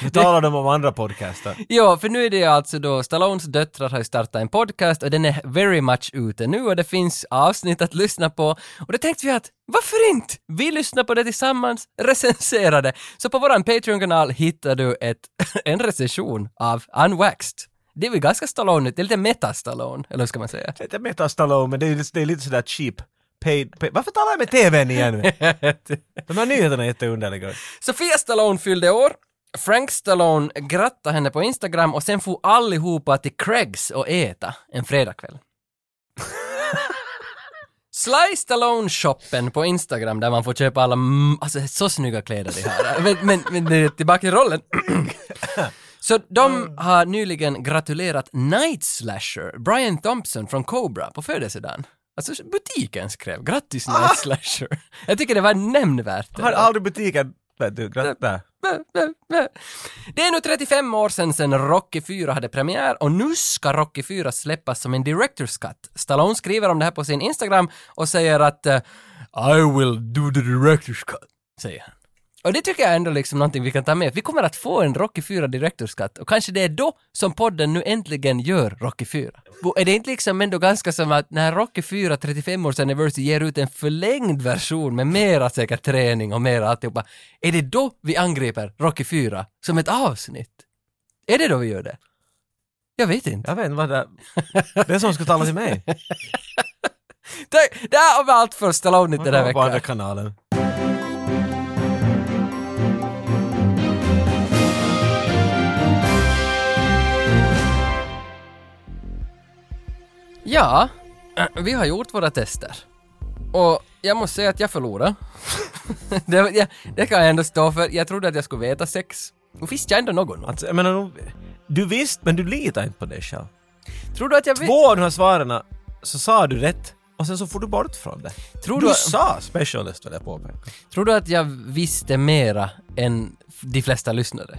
B: Nu talar de om andra podcaster.
A: Ja, för nu är det alltså då Stallones döttrar har ju startat en podcast och den är very much ute nu och det finns avsnitt att lyssna på. Och då tänkte vi att varför inte? Vi lyssnar på det tillsammans, recenserar det. Så på våran Patreon-kanal hittar du ett, en recension av Unwaxed. Det är väl ganska Stallone, det är lite meta-Stallone, eller hur ska man säga?
B: Det är Meta Stallone, men det är, det är lite sådär cheap. Paid, paid. Varför talar jag med TVn igen? De här nyheterna är jätteunderliga.
A: Sofia Stallone fyllde år. Frank Stallone grattade henne på Instagram och sen for allihopa till Craigs och äta en fredagkväll. Sly Stallone-shoppen på Instagram där man får köpa alla, m- alltså så snygga kläder de har. Men, men, men det är tillbaka till rollen. Så de har nyligen gratulerat Night Slasher, Brian Thompson från Cobra, på födelsedagen. Alltså butiken skrev grattis Night Slasher. Jag tycker det var nämnvärt.
B: Har aldrig butiken... Vet du, gratta.
A: Det är nu 35 år sedan, sedan Rocky 4 hade premiär och nu ska Rocky 4 släppas som en director's cut. Stallone skriver om det här på sin Instagram och säger att eh, I will do the director's cut, säger han. Och det tycker jag ändå liksom någonting vi kan ta med. Vi kommer att få en Rocky 4 Directors Cut och kanske det är då som podden nu äntligen gör Rocky 4. Bo, Är det inte liksom ändå ganska som att när Rocky 4 35 års anniversary ger ut en förlängd version med mera säkert träning och mera alltihopa. Är det då vi angriper Rocky 4 som ett avsnitt? Är det då vi gör det? Jag vet inte.
B: Jag vet inte vad det... Det är som skulle tala till mig.
A: Det, det här var allt för Stallone den här
B: Jag På andra
A: veckan.
B: kanalen.
A: Ja, eh, vi har gjort våra tester. Och jag måste säga att jag förlorade. det, jag, det kan jag ändå stå för. Jag trodde att jag skulle veta sex. Och visste jag ändå någon.
B: Alltså, jag menar, nog- du visste men du litar inte på dig själv.
A: Tror du att jag vet?
B: Två av de här svaren så sa du rätt och sen så får du bort från det.
A: Tror
B: du
A: du-
B: sa specialist vill jag påpeka.
A: Tror du att jag visste mera än f- de flesta lyssnare?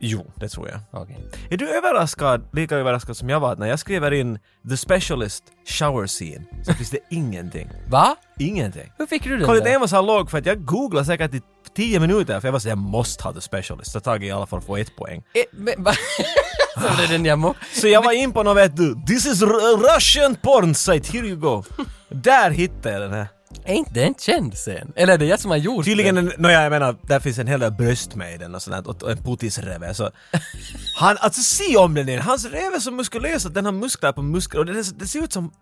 B: Jo, det tror jag.
A: Okej.
B: Är du överraskad, lika överraskad som jag var att när jag skriver in the specialist shower scene så finns det ingenting.
A: Va?
B: Ingenting.
A: Hur fick du den
B: Colin
A: där?
B: Amos har låg för att jag googlade säkert i tio minuter för jag var så jag måste ha the specialist. Så tagit i alla fall få ett poäng.
A: Eh, men, va? Som det är den jag må...
B: Så jag var in på något vet du, this is r- Russian porn site, here you go. Där hittade jag den här.
A: Är inte den känd sen? Eller är det jag som har gjort
B: Tydligen,
A: den?
B: en, no, jag menar, där finns en hel del bröst med i den och sånt där, och, och en putisreve. Så. Han, alltså se om den igen! Hans röv är så muskulös att den har muskler på muskler och det, är så- det ser ut som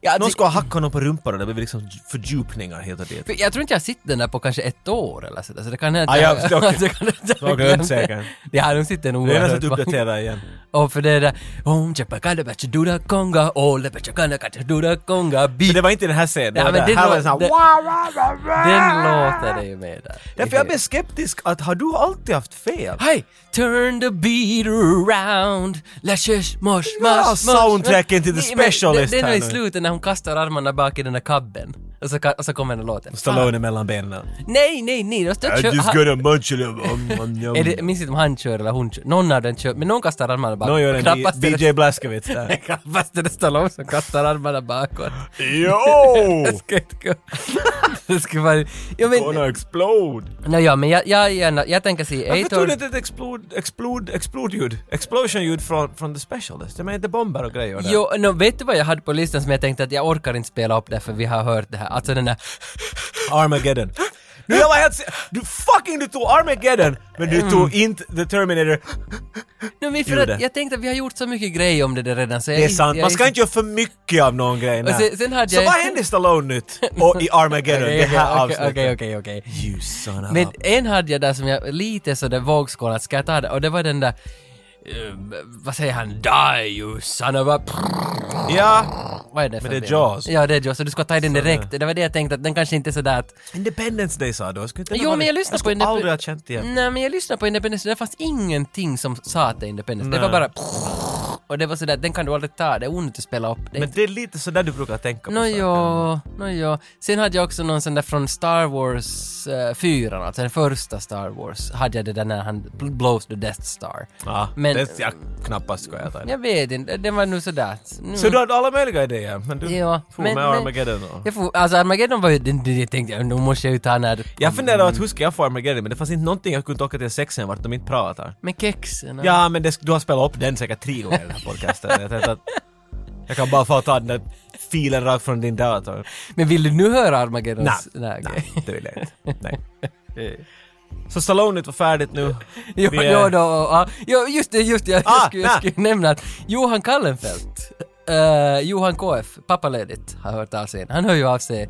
A: Ja,
B: någon
A: det-
B: skulle ha hackat honom på rumpan och det blev liksom fördjupningar helt och det.
A: För Jag tror inte jag har sett den där på kanske ett år eller sådär, så det kan hända
B: Ah, ja,
A: att
B: okej.
A: det kan hända att
B: Så har du
A: glömde.
B: inte säkert.
A: Det har nog sett den
B: Det är nästan
A: oerhört
B: att uppdatera igen.
A: Och för det där... Om Chapakala Bachaduda Konga, Ola Bachakana Kachaduda Konga,
B: Men det
A: Bi...
B: var inte den här scenen,
A: Ja,
B: det var
A: men
B: där.
A: det
B: här
A: lå-
B: var en sån
A: det-
B: här "Wow, wow, wow, wow."
A: Den låten är ju med där.
B: Därför jag blev skeptisk att har du alltid haft fel?
A: Hej! Turn the beat around, la shush, mosh,
B: Ja,
A: mosh,
B: soundtracken till The
A: Nej, men det-
B: Specialist
A: Det är nog
B: här
A: i
B: nu.
A: slutet när hon kastar armarna bak i den där kabben. Och så, ka- och så kommer den låten.
B: Stallone mellan benen.
A: Nej, nej, nej! Jag står-
B: I
A: kör-
B: just
A: han-
B: gonna munch it up. Um, um, um.
A: Är det, jag minns inte om han kör eller hon kör. Någon av den kör, men någon kastar armarna bakåt.
B: Någon gör en
A: Knappast är det-
B: BJ Blazkowicz där.
A: Knappast är det Stallone som kastar armarna bakåt.
B: Yo!
A: Det ska inte gå. Det ska vara... Ja, men...
B: Gonna explode!
A: Nej, ja, men jag, jag, jag, jag tänker se...
B: Varför tog
A: Ator...
B: du inte ett explode, explode, explode-ljud? Explosion-ljud från, från The Specialist? Jag menar inte bomber och grejer där.
A: Jo, no, vet du vad jag hade på listan som jag tänkte att jag orkar inte spela upp därför vi har hört det här. Alltså den där...
B: Armageddon. Nu jag var helt se- Du fucking du tog Armageddon! Men du tog
A: Mm.
B: inte The Terminator.
A: No, men för
B: Gjorde.
A: att jag tänkte att vi har gjort så mycket grejer om det där redan så jag
B: Det är
A: inte-
B: sant,
A: jag
B: man ska inte göra för mycket av någon grej.
A: Och
B: nej.
A: sen- sen hade
B: Så
A: jag-
B: vad hände i Stallone nytt? Och i Armageddon,
A: Okej,
B: det här
A: okej,
B: avsnittet.
A: Okej, okej, okej.
B: You son of
A: Men
B: a...
A: en hade jag där som jag lite sådär vågskålat, ska jag ta det? Och det var den där... eh, vad säger han? Die you son of a...
B: Ja,
A: Vad är det för
B: Men det är
A: bild?
B: Jaws.
A: Ja, det är Jaws. Så du ska ta i den direkt. Det var det jag tänkte att den kanske inte är sådär att...
B: Independence Day sa du. Jag skulle inte
A: Jo,
B: varit-
A: men jag lyssnade på Mm.
B: Jag skulle aldrig ha
A: Independence...
B: känt igen.
A: Nej, men jag lyssnade på Independence. Det fanns ingenting som sa att det är Independence. Det var bara... Och det var sådär, den kan du aldrig ta. Det är onödigt att spela upp. Det är
B: Men det är lite sådär du brukar tänka på
A: Nå
B: saker.
A: ja, nå ja. Sen hade jag också någon sån där från Star Wars eh, 4, alltså den första Star Wars, hade jag det där när han bl- blows the Death Star.
B: Ja,
A: Men-
B: det jag knappast ska jag ta.
A: Jag vet inte, den var nog sådär. Mm.
B: Så du hade alla möjliga idéer, men du
A: Ja,
B: for
A: men-
B: med
A: men-
B: Armageddon och...
A: jag får, alltså Armageddon var ju, den, den, jag tänkte, nu måste jag ju ta när...
B: Jag funderade
A: Mm.
B: att hur ska jag få Armageddon, men det fanns inte någonting jag kunde ta till sexen vart de inte pratar.
A: Med kexen.
B: Ja, men det, du har spelat upp den säkert tre gånger i den här podcasten. Jag tänkte att jag kan bara få ta den där filen rakt från din dator.
A: Men vill du nu höra Armageddons?
B: nej,
A: okej.
B: nej, det vill jag inte. Nej. Så Stallone var färdigt nu.
A: Jo,
B: Vi är-
A: jo, då, ja, jo, just det, just det. Jag,
B: Ah,
A: skulle, jag
B: nä.
A: skulle nämna att Johan Kallenfelt, eh, Johan KF, pappaledigt, har hört av sig. Han hör ju av sig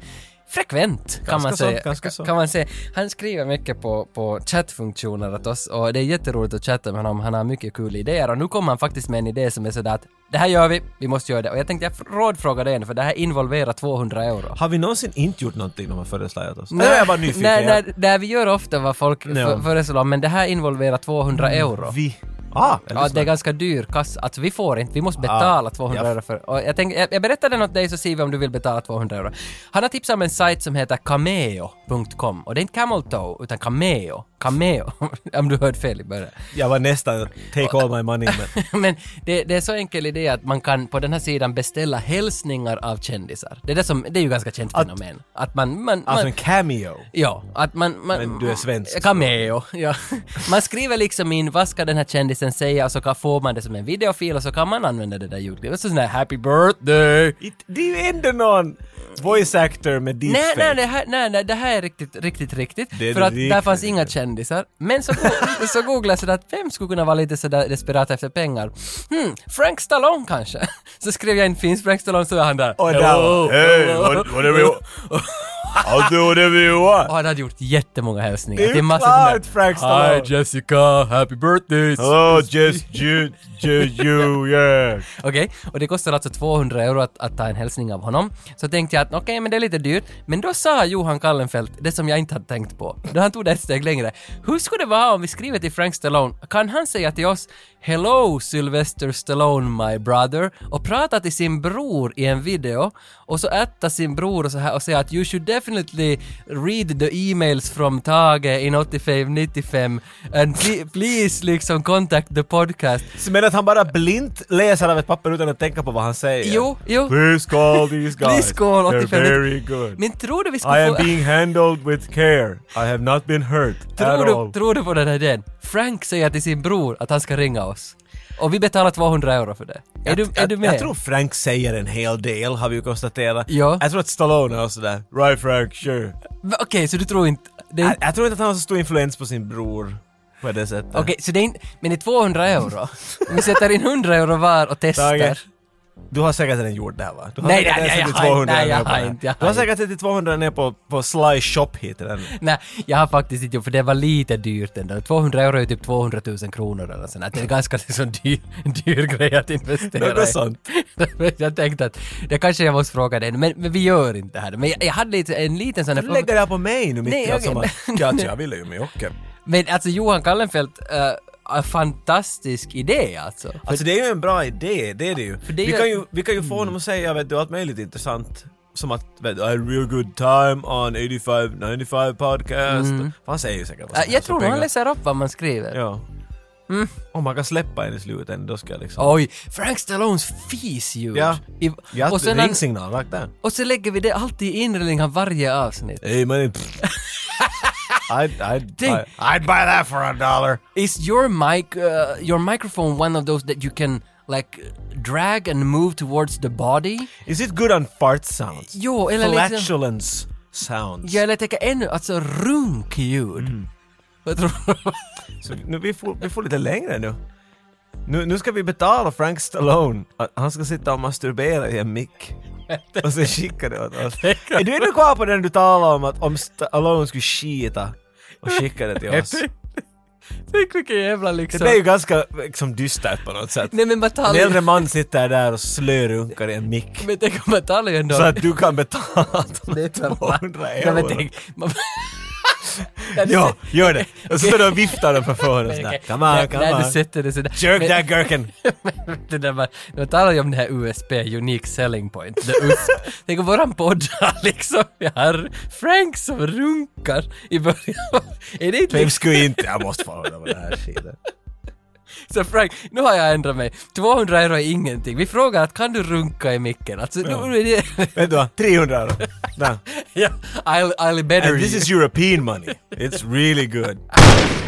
A: frekvent, kan
B: Ganska
A: man
B: så,
A: säga.
B: ganska så.
A: Kan man säga. Han skriver mycket på, på chattfunktioner åt oss och det är jätteroligt att chatta med honom. Han har mycket kul idéer och nu kommer han faktiskt med en idé som är sådär att det här gör vi, vi måste göra det. Och jag tänkte jag rådfrågar dig en, för det här involverar 200 euro.
B: Har vi någonsin inte gjort någonting de har föreslagit oss? Nej, jag är bara nyfiken.
A: Nej, nej, nej, vi gör ofta vad folk
B: Ja. Mm.
A: f- föreslår, men det här involverar 200 euro.
B: Vi... Ah, jag
A: Ja, det
B: lyssnar.
A: är ganska dyr kassa. Alltså vi får inte, vi måste betala
B: Ah,
A: 200
B: ja.
A: euro för... Och jag, tänk, jag, jag berättar den åt dig så ser vi om du vill betala 200 euro. Han har tipsat om en sajt som heter cameo.com och det är inte Camel Toe utan Cameo. cameo. Om du hörde fel i början.
B: Jag var nästan take all my money men...
A: Men det, det är så enkel idé att man kan på den här sidan beställa hälsningar av kändisar. Det är, det som, det är ju ganska känt fenomen. Att man... man, man
B: Alltså en cameo.
A: Ja, att man... man
B: Men du är svensk.
A: Cameo, ja. Man skriver liksom in vad ska den här kändisen säga och så kan, får man det som en videofil och så kan man använda det där ljudklippet. Så sån där “Happy birthday”.
B: It- Det är ju ändå någon voice actor med
A: Nej,
B: deepfake.
A: nej, det här, nej, nej, det här är riktigt, riktigt, riktigt.
B: Det är
A: för att där
B: riktigt,
A: fanns inga kändisar. Men så, go- så googlade jag sådär att vem skulle kunna vara lite sådär desperat efter pengar? Hmm, Frank Stallone kanske? Så skrev jag in finns Frank Stallone så var han där.
B: Och där var- Hey, what- whatever you... I'll do whatever you
A: Och
B: want.
A: han hade gjort jättemånga hälsningar.
B: Det är
A: till massor
B: klart,
A: sådana där,
B: Frank Stallone.
A: Hi Jessica, happy birthday!
B: Hello, just you, just you, yeah.
A: Okej, och det kostar alltså 200 euro att, att ta en hälsning av honom. Så tänkte jag att okej, men det är lite dyrt. Men då sa Johan Kallenfelt det som jag inte hade tänkt på. Då han tog det ett steg längre. Hur skulle det vara om vi skriver till Frank Stallone? Kan han säga till oss “Hello Sylvester Stallone my brother” och prata till sin bror i en video och så ätta sin bror och så här och säga att “You should definitely read the emails from Tage in 85-95 and pl- please liksom contact the podcast”.
B: Så menar att han bara blint läser av ett papper utan att tänka på vad han säger?
A: Jo, jo.
B: Please call these guys.
A: Please call
B: They're
A: 85.
B: very good.
A: Men tror du vi
B: I
A: skulle
B: am
A: få...
B: being handled with care. I have not been hurt at
A: Tror
B: all.
A: du, tror du på den här idén? Frank säger till sin bror att han ska ringa oss. Och vi betalar 200 euro för det. Är, du, är
B: jag,
A: du med?
B: jag tror Frank säger en hel del, har vi ju konstaterat.
A: Ja. Mm.
B: Jag tror att Stallone är sådär, right Frank, sure.
A: Va, Okej, så du tror inte... Det är,
B: Jag,
A: inte-
B: jag tror inte att han har så stor influens på sin bror på det sättet.
A: Okej, så det är inte... Men det är 200 euro. Vi sätter in 100 euro var och testar.
B: Tage, du har säkert redan gjort det här va? Du har
A: Nej,
B: säkert
A: nej,
B: redan
A: nej,
B: suttit
A: jag har inte,
B: 200
A: nej, jag
B: ner på
A: har
B: det här.
A: inte, jag
B: Du har
A: har
B: säkert suttit 200 ner på, på Sly Shop hit redan.
A: Nej, jag har faktiskt inte gjort för det var lite dyrt ändå. 200 euro är typ 200 000 kronor eller sånt. där. Det är ganska liksom dyr, dyr grej att investera
B: Något
A: i.
B: sånt.
A: jag tänkte att det kanske jag måste fråga dig, men, men vi gör inte det här. Men jag, jag hade lite, en liten sån här...
B: Du lägger det här på mig nu mitt
A: Nej,
B: i allt
A: okej,
B: som att,
A: men-
B: ja, alltså, jag ville ju med Jocke.
A: Men alltså Johan Kallenfelt, uh, en fantastisk idé alltså. För,
B: Alltså det är ju en bra idé, det är det ju.
A: det är
B: vi,
A: ju-
B: kan ju vi kan ju få honom att säga vet du, allt möjligt intressant. Som att vet du, I had a real good time on 85-95 podcast. För han säger ju säkert vad som
A: äh, Mm. jag
B: helst
A: tror
B: om
A: nog han
B: alltså,
A: läser
B: pengar.
A: Mm. upp vad man skriver.
B: Ja. Om man kan släppa en i slutet, då ska jag liksom...
A: Oj, Frank Stallones fisljud!
B: Ja.
A: I,
B: Ja,
A: och, sen han,
B: ringsignal rakt där.
A: och så lägger vi det alltid i inredningen av varje avsnitt.
B: Hey man, I'd, I'd,
A: Tänk-
B: buy, I'd buy that for a dollar.
A: Is your mic, uh, your microphone one of those that you can like drag and move towards the body?
B: Is it good on fart sounds?
A: Jo, eller liksom...
B: Flatulence sounds.
A: Ja, eller tänker ännu, alltså runkljud.
B: Mm.
A: Vad tror du?
B: Så nu, vi, får, vi får lite längre nu. nu. Nu ska vi betala Frank Stallone att han ska sitta och masturbera i en mick. Och sen skicka det åt oss. Är du ännu kvar på den du talade om att om Stallone skulle skita och skicka det till oss?
A: Tänk vilken jävla liksom...
B: Det blev ju ganska liksom, dystert på något sätt.
A: Nej men man
B: En
A: talar
B: äldre
A: ju...
B: man sitter där och slörunkar i en mick.
A: Men tänk om man talar ju ändå...
B: Så att du kan betala
A: Det är klart.
B: 200
A: Nej men
B: euro.
A: tänk... Man...
B: Ja, gör det! Och så står du och viftar den framför honom sådär. Come on, come
A: När du
B: on.
A: sätter det sådär...
B: Jerk that gherkin!
A: det där man, man talar ju om det här USP, Unique Selling Point, the USP. Tänk om våran podd har liksom, vi har Frank som runkar i början. Är det inte
B: Vem
A: liksom,
B: skulle inte... Jag måste få höra vad det här skiten.
A: så liksom Frank, nu har jag ändrat mig. 200 euro är ingenting. Vi frågar att kan du runka i micken? Alltså, nu nu är det...
B: Vet du vad? 300 euro. Nah.
A: ja, I'll, I'll better
B: And this
A: you.
B: is European money. It's really good.